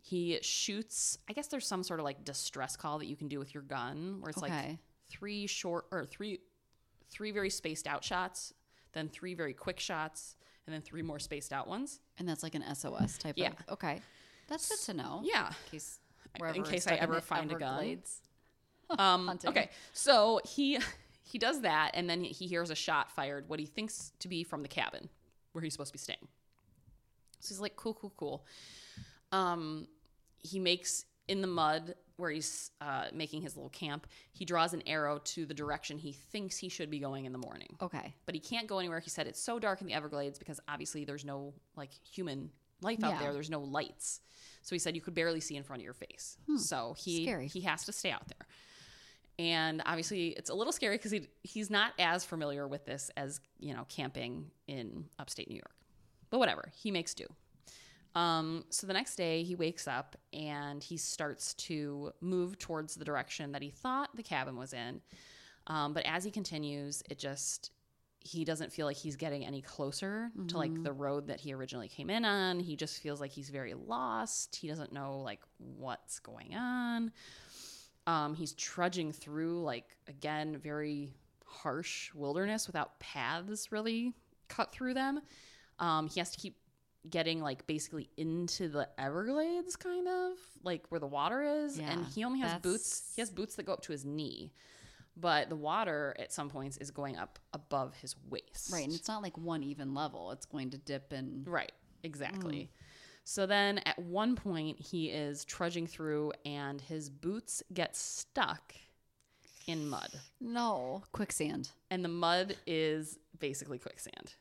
Speaker 3: he shoots, I guess there's some sort of like distress call that you can do with your gun where it's like
Speaker 1: Okay.
Speaker 3: three short or three three very spaced out shots, then three very quick shots, and then three more spaced out ones.
Speaker 1: And that's like an SOS type
Speaker 3: Yeah.
Speaker 1: of. Okay. That's good to know.
Speaker 3: Yeah.
Speaker 1: In case,
Speaker 3: In
Speaker 1: wherever we're
Speaker 3: case
Speaker 1: stuck
Speaker 3: I
Speaker 1: in
Speaker 3: ever
Speaker 1: the
Speaker 3: find a gun.
Speaker 1: Everglades.
Speaker 3: Um,
Speaker 1: Hunting.
Speaker 3: okay, so he he does that, and then he hears a shot fired, what he thinks to be from the cabin where he's supposed to be staying. So he's like, cool, cool, cool. Um, he makes in the mud where he's uh, making his little camp. He draws an arrow to the direction he thinks he should be going in the morning,
Speaker 1: Okay.
Speaker 3: but he can't go anywhere. He said it's so dark in the Everglades because obviously there's no like human life out
Speaker 1: Yeah.
Speaker 3: there. There's no lights, so he said you could barely see in front of your face. So he
Speaker 1: Hmm. Scary.
Speaker 3: he has to stay out there and obviously it's a little scary because he he's not as familiar with this as you know camping in upstate New York, but whatever he makes do. Um, so the next day he wakes up and he starts to move towards the direction that he thought the cabin was in, um, but as he continues, it just he doesn't feel like he's getting any closer to
Speaker 1: Mm-hmm.
Speaker 3: like the road that he originally came in on. He just feels like he's very lost. He doesn't know like what's going on. Um, he's trudging through like again very harsh wilderness without paths really cut through them. Um, he has to keep getting like basically into the Everglades, kind of like where the water is, and
Speaker 1: Yeah,
Speaker 3: he only has
Speaker 1: that's-
Speaker 3: boots. He has boots that go up to his knee, but the water at some points is going up above his waist.
Speaker 1: Right. And it's not like one even level. It's going to dip in.
Speaker 3: Right,
Speaker 1: Mm.
Speaker 3: exactly. So then at one point, he is trudging through and his boots get stuck in mud.
Speaker 1: No. Quicksand.
Speaker 3: And the mud is basically quicksand.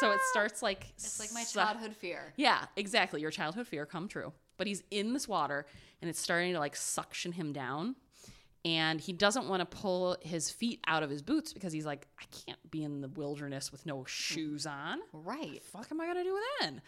Speaker 3: So it starts like.
Speaker 1: Ah! It's like my
Speaker 3: Ah. suck-
Speaker 1: childhood fear.
Speaker 3: Yeah, exactly. Your childhood fear come true. But he's in this water and it's starting to like suction him down. And he doesn't want to pull his feet out of his boots because he's like, I can't be in the wilderness with no shoes on
Speaker 1: Right.
Speaker 3: fuck am I gonna do then?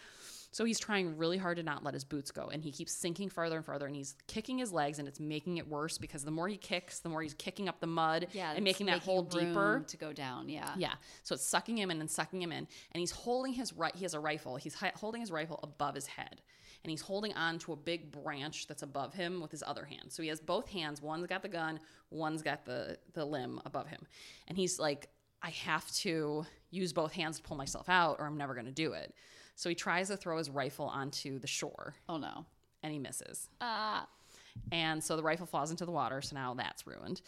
Speaker 3: So he's trying really hard to not let his boots go, and he keeps sinking farther and farther, and he's kicking his legs, and it's making it worse because the more he kicks, the more he's kicking up the mud
Speaker 1: Yeah.
Speaker 3: and
Speaker 1: it's
Speaker 3: making that hole deeper.
Speaker 1: room to go down. Yeah.
Speaker 3: Yeah, so it's sucking him in and sucking him in, and he's holding his right. He has a rifle. He's hi- holding his rifle above his head, and he's holding on to a big branch that's above him with his other hand. So he has both hands. One's got the gun. One's got the the limb above him, and he's like, I have to use both hands to pull myself out, or I'm never going to do it. So he tries to throw his rifle onto the shore,
Speaker 1: Oh no.
Speaker 3: and he misses
Speaker 1: Uh,
Speaker 3: Ah. and so the rifle falls into the water so now that's ruined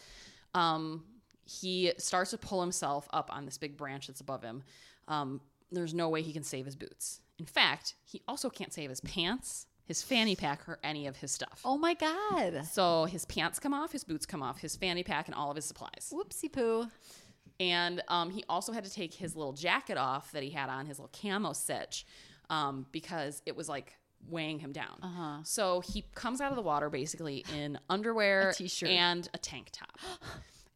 Speaker 3: um, he starts to pull himself up on this big branch that's above him um, there's no way he can save his boots in fact he also can't save his pants his fanny pack or any of his stuff
Speaker 1: oh my God.
Speaker 3: so his pants come off his boots come off his fanny pack and all of his supplies
Speaker 1: Whoopsie poo.
Speaker 3: and um, he also had to take his little jacket off that he had on his little camo sitch um, because it was like weighing him down. Uh-huh. So he comes out of the water basically in underwear,
Speaker 1: A t-shirt.
Speaker 3: and a tank top.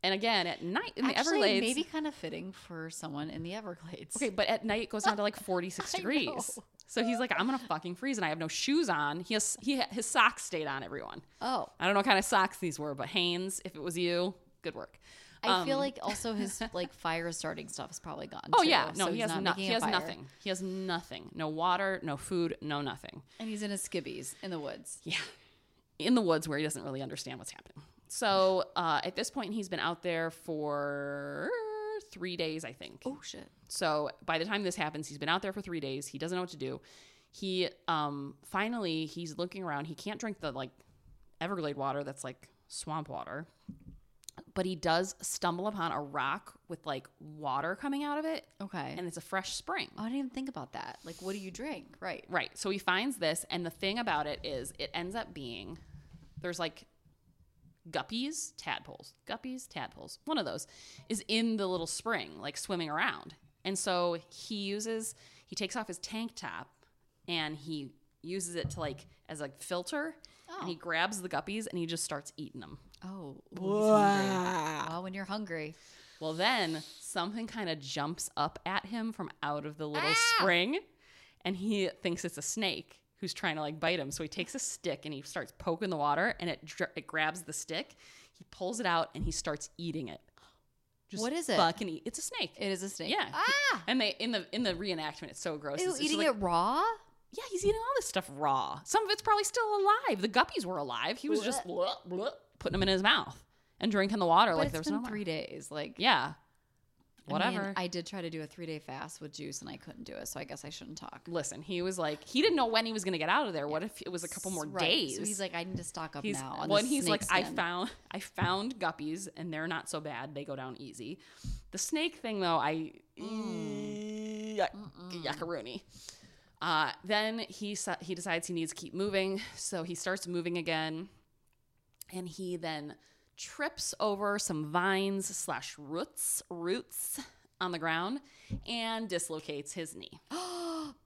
Speaker 3: And again, at night in the
Speaker 1: Actually,
Speaker 3: Everglades,
Speaker 1: maybe kind of fitting for someone in the Everglades.
Speaker 3: okay, but at night it goes down to like 46 degrees. So he's like, I'm gonna fucking freeze, and I have no shoes on. He has he ha- his socks stayed on. Everyone,
Speaker 1: Oh,
Speaker 3: I don't know what kind of socks these were, but Hanes, if it was you, good work.
Speaker 1: I feel like also his like fire starting stuff is probably gone.
Speaker 3: Um. Oh
Speaker 1: too,
Speaker 3: yeah, no,
Speaker 1: so
Speaker 3: he
Speaker 1: he's
Speaker 3: has
Speaker 1: not
Speaker 3: no,
Speaker 1: making
Speaker 3: he
Speaker 1: a
Speaker 3: has
Speaker 1: fire.
Speaker 3: nothing. He has nothing. No water, no food, no nothing.
Speaker 1: and he's in his skivvies in the woods.
Speaker 3: Yeah, in the woods where he doesn't really understand what's happening. So uh, at this point, he's been out there for three days, I think.
Speaker 1: Oh shit!
Speaker 3: So by the time this happens, he's been out there for three days. He doesn't know what to do. He um, finally he's looking around. He can't drink the like Everglade water that's like swamp water, but he does stumble upon a rock with like water coming out of it,
Speaker 1: Okay,
Speaker 3: and it's a fresh spring.
Speaker 1: oh, I didn't even think about that. Like, what do you drink? Right.
Speaker 3: Right. So he finds this, and the thing about it is, it ends up being there's like guppies, tadpoles, guppies, tadpoles. One of those is in the little spring, like swimming around. And so he uses, he takes off his tank top, and he uses it to like as a filter,
Speaker 1: Oh.
Speaker 3: and he grabs the guppies and he just starts eating them.
Speaker 1: Oh, ooh, he's hungry. Well, when you're hungry,
Speaker 3: Well, then something kind of jumps up at him from out of the little
Speaker 1: Ah!
Speaker 3: spring, and he thinks it's a snake who's trying to like bite him. So he takes a stick and he starts poking the water, and it dr- it grabs the stick. He pulls it out and he starts eating it. Just
Speaker 1: What is it?
Speaker 3: Fucking eat. It's a snake.
Speaker 1: it is a snake.
Speaker 3: yeah.
Speaker 1: Ah!
Speaker 3: And they in the in the reenactment, it's so gross.
Speaker 1: Ew,
Speaker 3: It's just
Speaker 1: eating
Speaker 3: like-
Speaker 1: it raw?
Speaker 3: Yeah, he's eating all this stuff raw. Some of it's probably still alive. The guppies were alive. He was just bleh, bleh, putting them in his mouth and drinking the water
Speaker 1: But
Speaker 3: like
Speaker 1: it's
Speaker 3: there was
Speaker 1: been
Speaker 3: no more.
Speaker 1: three days. Like,
Speaker 3: Yeah.
Speaker 1: I mean,
Speaker 3: Whatever.
Speaker 1: I did try to do a three day fast with juice and I couldn't do it, so I guess I shouldn't talk.
Speaker 3: listen, he was like, he didn't know when he was going to get out of there. What if it was a couple more
Speaker 1: Right.
Speaker 3: days?
Speaker 1: So he's like, I need to stock up
Speaker 3: He's-
Speaker 1: now. On
Speaker 3: well,
Speaker 1: this
Speaker 3: and he's
Speaker 1: snake
Speaker 3: like, I
Speaker 1: skin."
Speaker 3: found, I found guppies, and they're not so bad. They go down easy. The snake thing, though, I Mm, yuck, yuckaroonie. Uh, then he sa- he decides he needs to keep moving, so he starts moving again, and he then trips over some vines slash roots roots on the ground and dislocates his knee.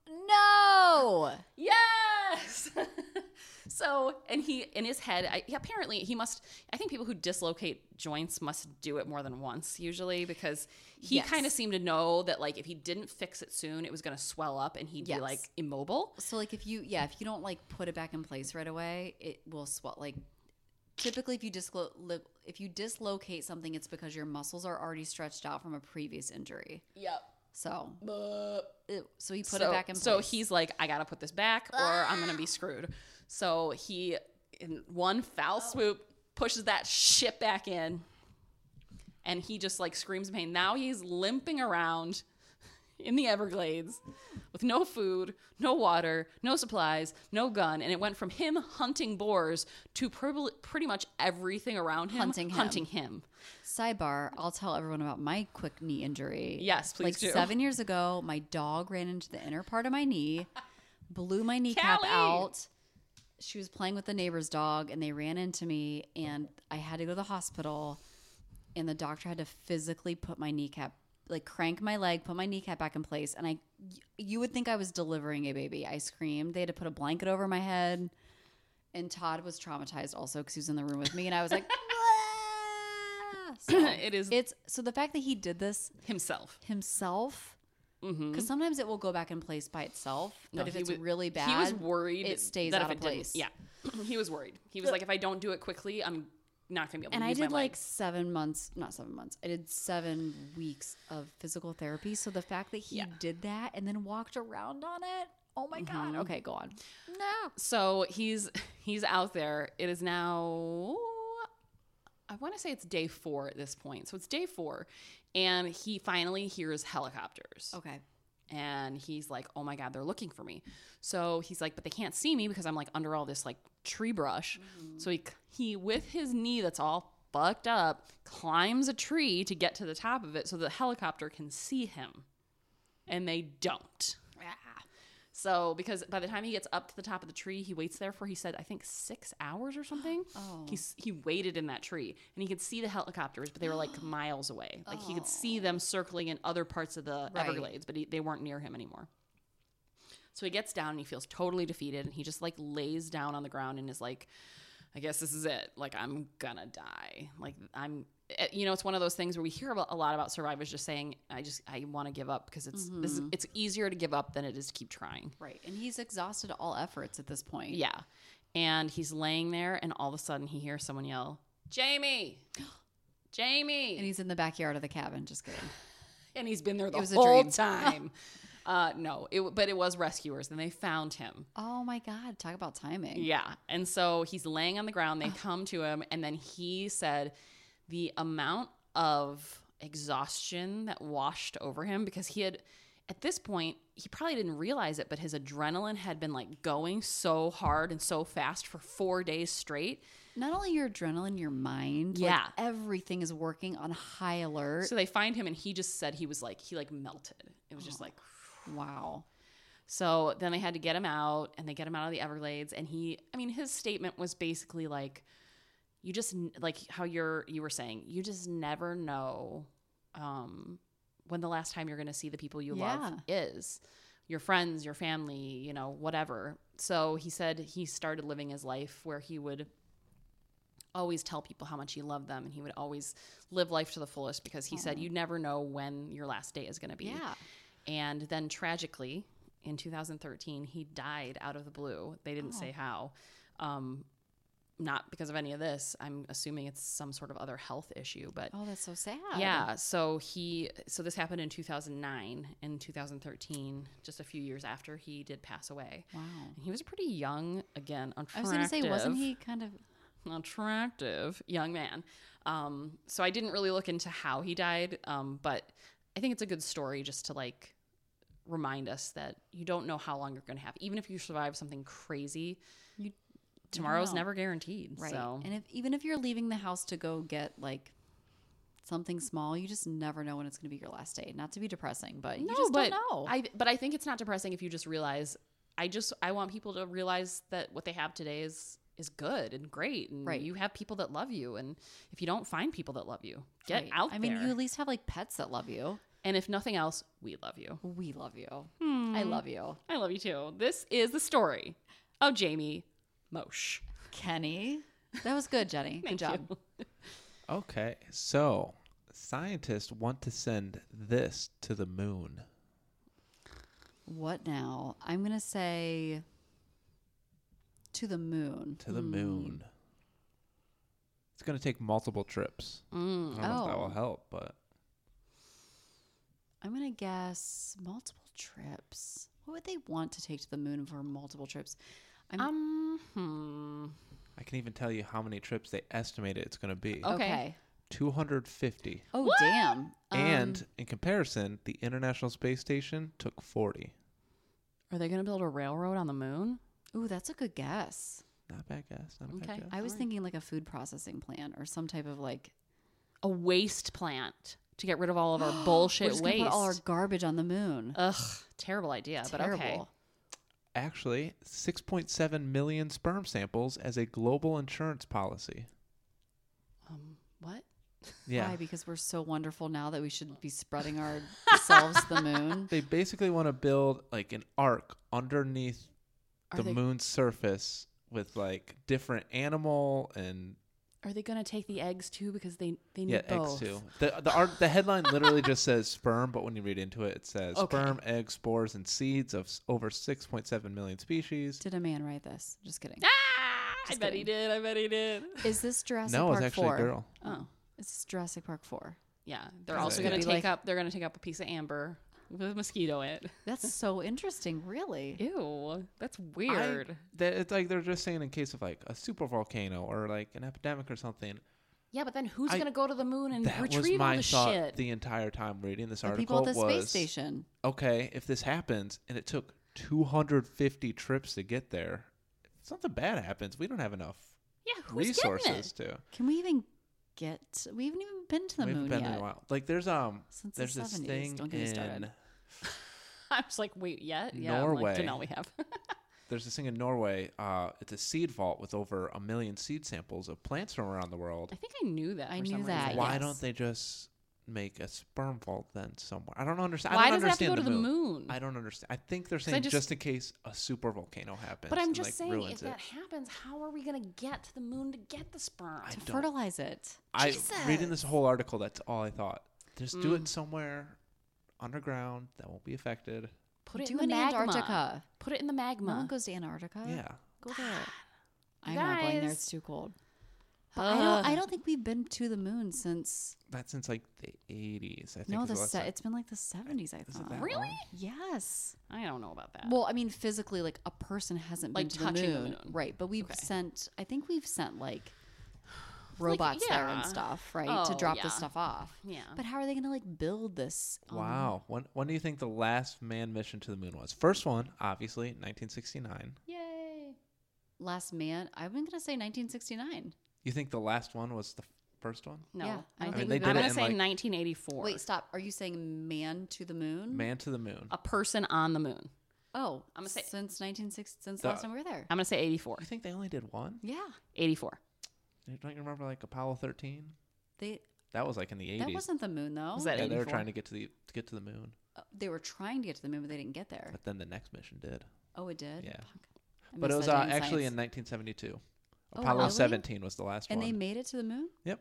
Speaker 1: No!
Speaker 3: Yes. so, and he in his head, I, he apparently he must. I think people who dislocate joints must do it more than once usually because he
Speaker 1: Yes.
Speaker 3: kind of seemed to know that like if he didn't fix it soon, it was going to swell up and he'd
Speaker 1: Yes.
Speaker 3: be like immobile.
Speaker 1: So, like, if you, yeah, if you don't like put it back in place right away, it will swell. Like, typically, if you dislo- li- if you dislocate something, it's because your muscles are already stretched out from a previous injury.
Speaker 3: Yep.
Speaker 1: So, ew. so he put
Speaker 3: so,
Speaker 1: it back in place. Ah.
Speaker 3: So he's like, I gotta put this back, or I'm gonna be screwed. So he, in one
Speaker 1: Oh.
Speaker 3: foul swoop, pushes that shit back in, and he just like screams in pain. Now he's limping around in the Everglades with no food, no water, no supplies, no gun, and it went from him hunting boars to pr- pretty much everything around him
Speaker 1: Hunting him.
Speaker 3: hunting him.
Speaker 1: Sidebar, I'll tell everyone about my quick knee injury.
Speaker 3: Yes, please
Speaker 1: like
Speaker 3: do.
Speaker 1: seven years ago, my dog ran into the inner part of my knee, blew my kneecap
Speaker 3: Callie!
Speaker 1: out. She was playing with the neighbor's dog and they ran into me and I had to go to the hospital and the doctor had to physically put my kneecap like crank my leg, put my kneecap back in place and I you would think I was delivering a baby. I screamed. They had to put a blanket over my head. And Todd was traumatized also because he was in the room with me and I was like so
Speaker 3: it is
Speaker 1: it's so the fact that he did this
Speaker 3: himself.
Speaker 1: himself because sometimes it will go back in place by itself but
Speaker 3: Mm-hmm. No,
Speaker 1: if
Speaker 3: he
Speaker 1: it's
Speaker 3: wa-
Speaker 1: really bad
Speaker 3: he was worried
Speaker 1: it stays
Speaker 3: that
Speaker 1: out of
Speaker 3: if it didn't-
Speaker 1: place
Speaker 3: Yeah, he was worried. He was like, if I don't do it quickly, I'm not gonna be able.
Speaker 1: and
Speaker 3: to
Speaker 1: i
Speaker 3: use
Speaker 1: did
Speaker 3: my leg."
Speaker 1: like seven months not seven months i did seven weeks of physical therapy so the fact that he
Speaker 3: Yeah.
Speaker 1: did that and then walked around on it oh my
Speaker 3: Mm-hmm.
Speaker 1: god okay go on no
Speaker 3: so he's he's out there. It is now. I want to say it's day four at this point. So it's day four, and he finally hears helicopters.
Speaker 1: okay
Speaker 3: and he's like, "Oh my god, they're looking for me." So he's like, "But they can't see me because I'm like under all this like tree brush." So he he with his knee that's all fucked up climbs a tree to get to the top of it so the helicopter can see him. And they don't.
Speaker 1: Ah,
Speaker 3: So because by the time he gets up to the top of the tree, he waits there for he said I think 6 hours or something.
Speaker 1: Oh.
Speaker 3: He's he waited in that tree and he could see the helicopters, but they were like miles away. Like he could see them circling in other parts of the
Speaker 1: Oh. Right.
Speaker 3: Everglades, but he, they weren't near him anymore. So he gets down and he feels totally defeated and he just like lays down on the ground and is like, I guess this is it. Like, I'm gonna die. Like, I'm, eh, you know, it's one of those things where we hear about, a lot about survivors just saying, I just, I wanna give up because it's, this
Speaker 1: Mm-hmm.
Speaker 3: is, it's easier to give up than it is to keep trying.
Speaker 1: right and he's exhausted all efforts at this point
Speaker 3: Yeah. And he's laying there and all of a sudden he hears someone yell, Jamie, Jamie.
Speaker 1: and he's in the backyard of the cabin just kidding
Speaker 3: and he's been there the
Speaker 1: was a
Speaker 3: whole
Speaker 1: dream.
Speaker 3: time. uh, no, it, but it was rescuers and they found him.
Speaker 1: oh my god talk about timing
Speaker 3: Yeah. And so he's laying on the ground. They come to him. And then he said the amount of exhaustion that washed over him because he had, at this point, he probably didn't realize it, but his adrenaline had been like going so hard and so fast for four days straight.
Speaker 1: not only your adrenaline, your mind.
Speaker 3: Yeah.
Speaker 1: Like everything is working on high alert.
Speaker 3: So they find him and he just said he was like, he like melted. It was just like,
Speaker 1: wow.
Speaker 3: So then they had to get him out and they get him out of the Everglades and he I mean his statement was basically like you just n- like how you're you were saying you just never know um when the last time you're going to see the people you love is your friends, your family, you know, whatever. So he said he started living his life where he would always tell people how much he loved them and he would always live life to the fullest because he said you never know when your last day is going to be.
Speaker 1: Yeah.
Speaker 3: And then tragically in 2013 he died out of the blue. They
Speaker 1: Oh.
Speaker 3: didn't say how. Um not because of any of this. I'm assuming it's some sort of other health issue, but
Speaker 1: Oh, that's so sad.
Speaker 3: yeah, so he so this happened in 2009 and 2013, just a few years after he did pass away.
Speaker 1: Wow.
Speaker 3: And he was a pretty young again,
Speaker 1: I
Speaker 3: attractive.
Speaker 1: was gonna say, wasn't he kind of?
Speaker 3: attractive young man? Um so I didn't really look into how he died, um but I think it's a good story just to like remind us that you don't know how long you're going to have. Even if you survive something crazy,
Speaker 1: You-
Speaker 3: tomorrow's
Speaker 1: know.
Speaker 3: never guaranteed.
Speaker 1: Right.
Speaker 3: So
Speaker 1: And if even if you're leaving the house to go get like something small, you just never know when it's going to be your last day. Not to be depressing, but you just
Speaker 3: but
Speaker 1: don't know.
Speaker 3: I but I think it's not depressing if you just realize. I just I want people to realize that what they have today is is good and great, and
Speaker 1: Right.
Speaker 3: you have people that love you. And if you don't find people that love you, get
Speaker 1: Right.
Speaker 3: out
Speaker 1: I mean,
Speaker 3: there.
Speaker 1: you at least have like pets that love you.
Speaker 3: and if nothing else, we love you.
Speaker 1: We love you.
Speaker 3: Hmm.
Speaker 1: I love you,
Speaker 3: I love you too. This is the story of Jamie Mosh.
Speaker 1: Kenny. That was good, Jenny. Good
Speaker 3: Thank
Speaker 1: job.
Speaker 3: you.
Speaker 2: Okay, so scientists want to send this to the moon.
Speaker 1: What now? I'm gonna say to the moon.
Speaker 2: To the moon. It's going to take multiple trips. I don't know if that
Speaker 1: Oh.
Speaker 2: will help, but
Speaker 1: I'm gonna guess multiple trips. What would they want to take to the moon for multiple trips? I'm
Speaker 3: Um, hmm.
Speaker 2: I can even tell you how many trips they estimate it's going to be.
Speaker 3: Oh.
Speaker 1: okay.
Speaker 3: okay.
Speaker 2: 250.
Speaker 1: Oh damn. Um,
Speaker 2: and in comparison, the International Space Station took 40.
Speaker 3: Are they going to build a railroad on the moon?
Speaker 1: Ooh, that's a good guess.
Speaker 2: Not bad guess. Not a
Speaker 3: Okay.
Speaker 2: bad guess.
Speaker 1: I was thinking like a food processing plant or some type of like
Speaker 3: A waste plant to get rid of all of our bullshit
Speaker 1: we're just gonna
Speaker 3: waste.
Speaker 1: put all our garbage on the moon.
Speaker 3: Ugh, terrible idea, but okay.
Speaker 1: Terrible.
Speaker 2: Actually, 6.7 million sperm samples as a global insurance policy.
Speaker 3: Um, what?
Speaker 2: Yeah.
Speaker 3: e-
Speaker 1: Why? Because we're so wonderful now that we should be spreading ourselves to the moon.
Speaker 2: They basically want to build like an arc underneath
Speaker 3: Are
Speaker 2: the
Speaker 3: they
Speaker 2: moon's surface with like different animal and
Speaker 3: are they gonna take the eggs too? Because they they need
Speaker 2: yeah
Speaker 3: both.
Speaker 2: eggs too. The the art the headline literally just says sperm, but when you read into it, it says
Speaker 3: Okay.
Speaker 2: sperm, eggs, spores, and seeds of s- over 6.7 million species.
Speaker 1: Did a man write this? Just kidding.
Speaker 3: Ah, I
Speaker 1: Just
Speaker 3: bet he did. I bet he did.
Speaker 1: Is this Jurassic
Speaker 2: no,
Speaker 1: Park
Speaker 2: it's actually
Speaker 1: four?
Speaker 2: a girl.
Speaker 3: Oh
Speaker 1: Is this Jurassic Park four?
Speaker 3: yeah, they're
Speaker 2: Because
Speaker 3: also
Speaker 2: it
Speaker 3: gonna
Speaker 2: could
Speaker 3: take
Speaker 1: be like-
Speaker 3: up. They're gonna take up a piece of amber with a mosquito in it.
Speaker 1: That's so interesting. Really.
Speaker 3: Ew, that's
Speaker 2: I-
Speaker 3: weird.
Speaker 2: that it's like they're just saying in case of like a super volcano or like an epidemic or something.
Speaker 3: yeah, but then who's
Speaker 2: I-
Speaker 3: gonna go to the moon and
Speaker 2: That was
Speaker 3: retrieve all
Speaker 2: my
Speaker 3: the
Speaker 2: thought
Speaker 3: shit?
Speaker 2: the entire time reading this
Speaker 1: The people
Speaker 2: article
Speaker 1: at the
Speaker 2: was
Speaker 1: space station.
Speaker 2: okay, if this happens and it took 250 trips to get there, if something bad happens. We don't have enough
Speaker 3: yeah, who's getting
Speaker 2: resources
Speaker 3: it?
Speaker 2: to.
Speaker 1: Can we even get? We haven't even been to the
Speaker 2: We've
Speaker 1: moon
Speaker 2: been
Speaker 1: yet.
Speaker 2: there a while. Like there's um
Speaker 1: Since the
Speaker 2: there's this
Speaker 1: 70s,
Speaker 2: thing
Speaker 1: don't get me started.
Speaker 2: in
Speaker 3: I'm just like, wait, yet? Yeah, I'm
Speaker 2: Norway.
Speaker 3: like, no, we have.
Speaker 2: there's this thing in Norway. Uh, it's a seed vault with over a million seed samples of plants from around the world.
Speaker 3: I think I knew that.
Speaker 1: I
Speaker 3: for
Speaker 1: knew
Speaker 3: some
Speaker 1: that,
Speaker 3: reason.
Speaker 2: Why
Speaker 1: yes.
Speaker 2: don't they just make a sperm vault then somewhere? I don't understand.
Speaker 3: Why
Speaker 2: I don't
Speaker 3: does it have to
Speaker 2: understand
Speaker 3: go to the
Speaker 2: the
Speaker 3: moon?
Speaker 2: I don't understand. I think they're
Speaker 3: I
Speaker 2: saying
Speaker 3: just-
Speaker 2: just, in case a super volcano happens.
Speaker 3: But I'm
Speaker 2: and,
Speaker 3: just
Speaker 2: like,
Speaker 3: saying,
Speaker 2: ruins
Speaker 3: if that
Speaker 2: it.
Speaker 3: happens, how are we going to get to the moon to get the sperm?
Speaker 2: I
Speaker 1: to
Speaker 2: don't-
Speaker 1: fertilize it.
Speaker 2: I reading this whole article. That's all I thought. Just do
Speaker 3: Mm.
Speaker 2: it somewhere underground that won't be affected.
Speaker 3: Put it
Speaker 1: Do
Speaker 3: in the
Speaker 1: in
Speaker 3: magma.
Speaker 1: Antarctica.
Speaker 3: Put it in the
Speaker 1: No one
Speaker 3: magma.
Speaker 1: goes to Antarctica.
Speaker 3: Uh.
Speaker 2: Yeah,
Speaker 1: Go there. I'm not going there.
Speaker 3: guys.
Speaker 1: It's too cold. But I don't. I
Speaker 3: Ugh.
Speaker 1: don't think we've been to the moon since.
Speaker 2: that's since like the 80s. I think.
Speaker 1: No,
Speaker 2: is
Speaker 1: the
Speaker 2: last
Speaker 1: se-
Speaker 2: time.
Speaker 1: it's been like the 70s. I
Speaker 2: Is it
Speaker 1: thought.
Speaker 2: that
Speaker 3: Really?
Speaker 2: long?
Speaker 1: Yes.
Speaker 3: I don't know about that.
Speaker 1: Well, I mean, physically, like a person hasn't
Speaker 3: Like
Speaker 1: been to the
Speaker 3: touching the
Speaker 1: moon,
Speaker 3: moon.
Speaker 1: right? But we've
Speaker 3: Okay.
Speaker 1: sent. I think we've sent like robots there
Speaker 3: yeah.
Speaker 1: and stuff, right, to
Speaker 3: Oh,
Speaker 1: drop
Speaker 3: yeah.
Speaker 1: this stuff off.
Speaker 3: yeah.
Speaker 1: But how are they going to like build this?
Speaker 3: Oh,
Speaker 1: um, on-
Speaker 2: Wow. When when do you think the last manned mission to the moon was? First one, obviously, 1969.
Speaker 3: Yay.
Speaker 1: Last man, I'm going to say 1969.
Speaker 2: You think the last one was the f- first one?
Speaker 3: No.
Speaker 1: Yeah, I
Speaker 3: I
Speaker 1: don't
Speaker 3: think
Speaker 1: think we- I
Speaker 3: I'm
Speaker 1: mean, they did
Speaker 3: going
Speaker 2: it
Speaker 3: to
Speaker 2: in,
Speaker 3: say 1984.
Speaker 2: like-
Speaker 1: Wait, stop. Are you saying man to the moon?
Speaker 2: Man to the moon.
Speaker 3: a person on the moon.
Speaker 1: Oh,
Speaker 3: I'm gonna say-
Speaker 1: since 1960, since
Speaker 2: The-
Speaker 1: last time we were there.
Speaker 3: I'm going to say 84.
Speaker 2: You think they only did one?
Speaker 1: yeah,
Speaker 3: 84.
Speaker 2: Don't you remember like Apollo 13?
Speaker 1: they.
Speaker 2: That was like in the
Speaker 1: That
Speaker 2: eighties.
Speaker 1: wasn't the moon though.
Speaker 3: Was that
Speaker 2: Yeah, they were
Speaker 3: 84?
Speaker 2: trying to get to the to get to the moon,
Speaker 1: Uh, they were trying to get to the moon, but they didn't get there.
Speaker 2: but then the next mission did.
Speaker 1: Oh, it did.
Speaker 2: Yeah.
Speaker 1: Fuck. I
Speaker 2: But it
Speaker 1: missed
Speaker 2: was
Speaker 1: that
Speaker 2: uh,
Speaker 1: day
Speaker 2: actually
Speaker 1: science.
Speaker 2: in 1972.
Speaker 1: Oh,
Speaker 2: Apollo
Speaker 1: really?
Speaker 2: 17 was the last
Speaker 1: and
Speaker 2: one.
Speaker 1: they made it to the moon.
Speaker 2: Yep.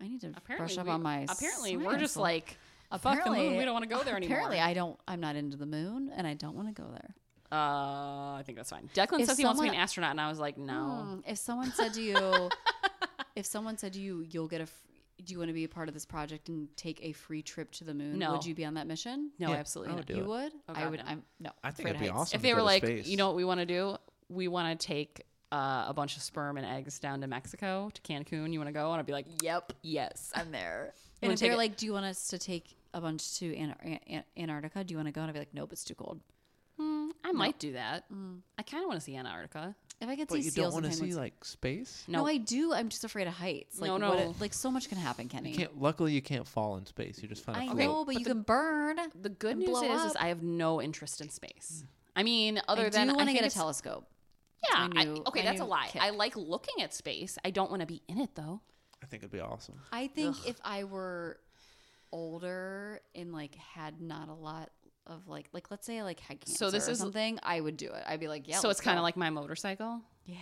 Speaker 1: I need to
Speaker 3: Apparently,
Speaker 1: brush up
Speaker 3: we-
Speaker 1: on my.
Speaker 3: apparently we're
Speaker 1: science
Speaker 3: just
Speaker 1: a-
Speaker 3: like fuck the moon.
Speaker 1: Apparently-
Speaker 3: We don't want to go there anymore.
Speaker 1: Apparently, I don't. I'm not into the moon, and I don't want to go there.
Speaker 3: Uh, I think that's fine. Declan
Speaker 1: If
Speaker 3: says he wants to be an
Speaker 1: someone-
Speaker 3: astronaut, and I was like, no.
Speaker 1: Mm, If someone said to you, if someone said to you, you'll get a. F- do you want to be a part of this project and take a free trip to the moon?
Speaker 3: No.
Speaker 1: Would you be on that mission?
Speaker 3: No,
Speaker 2: Yeah,
Speaker 3: absolutely
Speaker 2: I
Speaker 3: not.
Speaker 2: would do
Speaker 1: you
Speaker 2: it.
Speaker 1: would.
Speaker 3: Oh,
Speaker 1: I
Speaker 3: God,
Speaker 1: would.
Speaker 3: no.
Speaker 1: I'm no.
Speaker 2: I think
Speaker 1: afraid
Speaker 2: it'd be
Speaker 1: of heights.
Speaker 2: awesome.
Speaker 3: If
Speaker 2: to
Speaker 3: they
Speaker 2: go
Speaker 3: were
Speaker 2: to
Speaker 3: like,
Speaker 2: space.
Speaker 3: you know what we want to do? We want to take uh, a bunch of sperm and eggs down to Mexico, to Cancun. You want to go? And I'd be like, yep, yes, I'm there.
Speaker 1: And
Speaker 3: Wanna
Speaker 1: if
Speaker 3: take
Speaker 1: they're
Speaker 3: it-
Speaker 1: like, do you want us to take a bunch to An- An- An- Antarctica? Do you want to go? And I'd be like, nope, it's too cold.
Speaker 3: "Hmm, I might do that.
Speaker 1: Mm.
Speaker 3: I kind of want to see Antarctica.
Speaker 1: If I could
Speaker 2: But
Speaker 1: see
Speaker 2: you
Speaker 1: seals
Speaker 2: don't want to
Speaker 1: and
Speaker 2: see
Speaker 1: penguins.
Speaker 2: like space.
Speaker 1: no.
Speaker 3: No.
Speaker 1: I do. I'm just afraid of heights. Like,
Speaker 3: No,
Speaker 1: What
Speaker 3: no.
Speaker 1: it- like so much can happen, Kenny.
Speaker 2: You can't. Luckily, you can't fall in space. You just find
Speaker 1: I know,
Speaker 2: a float.
Speaker 1: but, you can burn.
Speaker 3: The good
Speaker 1: And
Speaker 3: news
Speaker 1: blow
Speaker 3: is, is
Speaker 1: up.
Speaker 3: I have no interest in space. I mean, other
Speaker 1: I
Speaker 3: than
Speaker 1: do
Speaker 3: I
Speaker 1: want to
Speaker 3: think
Speaker 1: get a
Speaker 3: it's-
Speaker 1: telescope.
Speaker 3: Yeah,
Speaker 1: my
Speaker 3: I-
Speaker 1: new-
Speaker 3: okay,
Speaker 1: my
Speaker 3: that's a
Speaker 1: new
Speaker 3: lie.
Speaker 1: kick.
Speaker 3: I like looking at space. I don't want to be in it though.
Speaker 2: I think it'd be awesome.
Speaker 1: I think if I were older and like had not a lot of like like let's say I like had cancer
Speaker 3: So this
Speaker 1: or
Speaker 3: is-
Speaker 1: something, I would do it. I'd be like, yeah.
Speaker 3: so
Speaker 1: let's
Speaker 3: it's kind
Speaker 1: go.
Speaker 3: of like my motorcycle.
Speaker 1: yeah.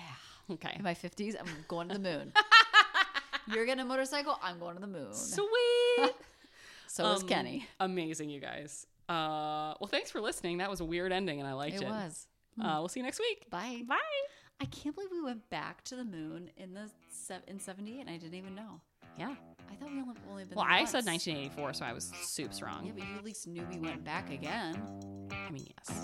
Speaker 3: Okay,
Speaker 1: In my fifties, I'm going to the moon. You're getting a motorcycle. I'm going to the moon. So,
Speaker 3: sweet.
Speaker 1: is
Speaker 3: Um,
Speaker 1: Kenny.
Speaker 3: Amazing, you guys. Uh, well, thanks for listening. That was a weird ending, and I liked
Speaker 1: It
Speaker 3: it.
Speaker 1: was.
Speaker 3: Uh, we'll see you next week.
Speaker 1: Bye.
Speaker 3: Bye.
Speaker 1: I can't believe we went back to the moon in the se- in seventy, and I didn't even know.
Speaker 3: Yeah.
Speaker 1: I thought we only, only been.
Speaker 3: Well,
Speaker 1: there
Speaker 3: I said
Speaker 1: once.
Speaker 3: 1984, so I was soups
Speaker 1: Yeah,
Speaker 3: wrong.
Speaker 1: but you at least knew we went back again.
Speaker 3: I mean, yes.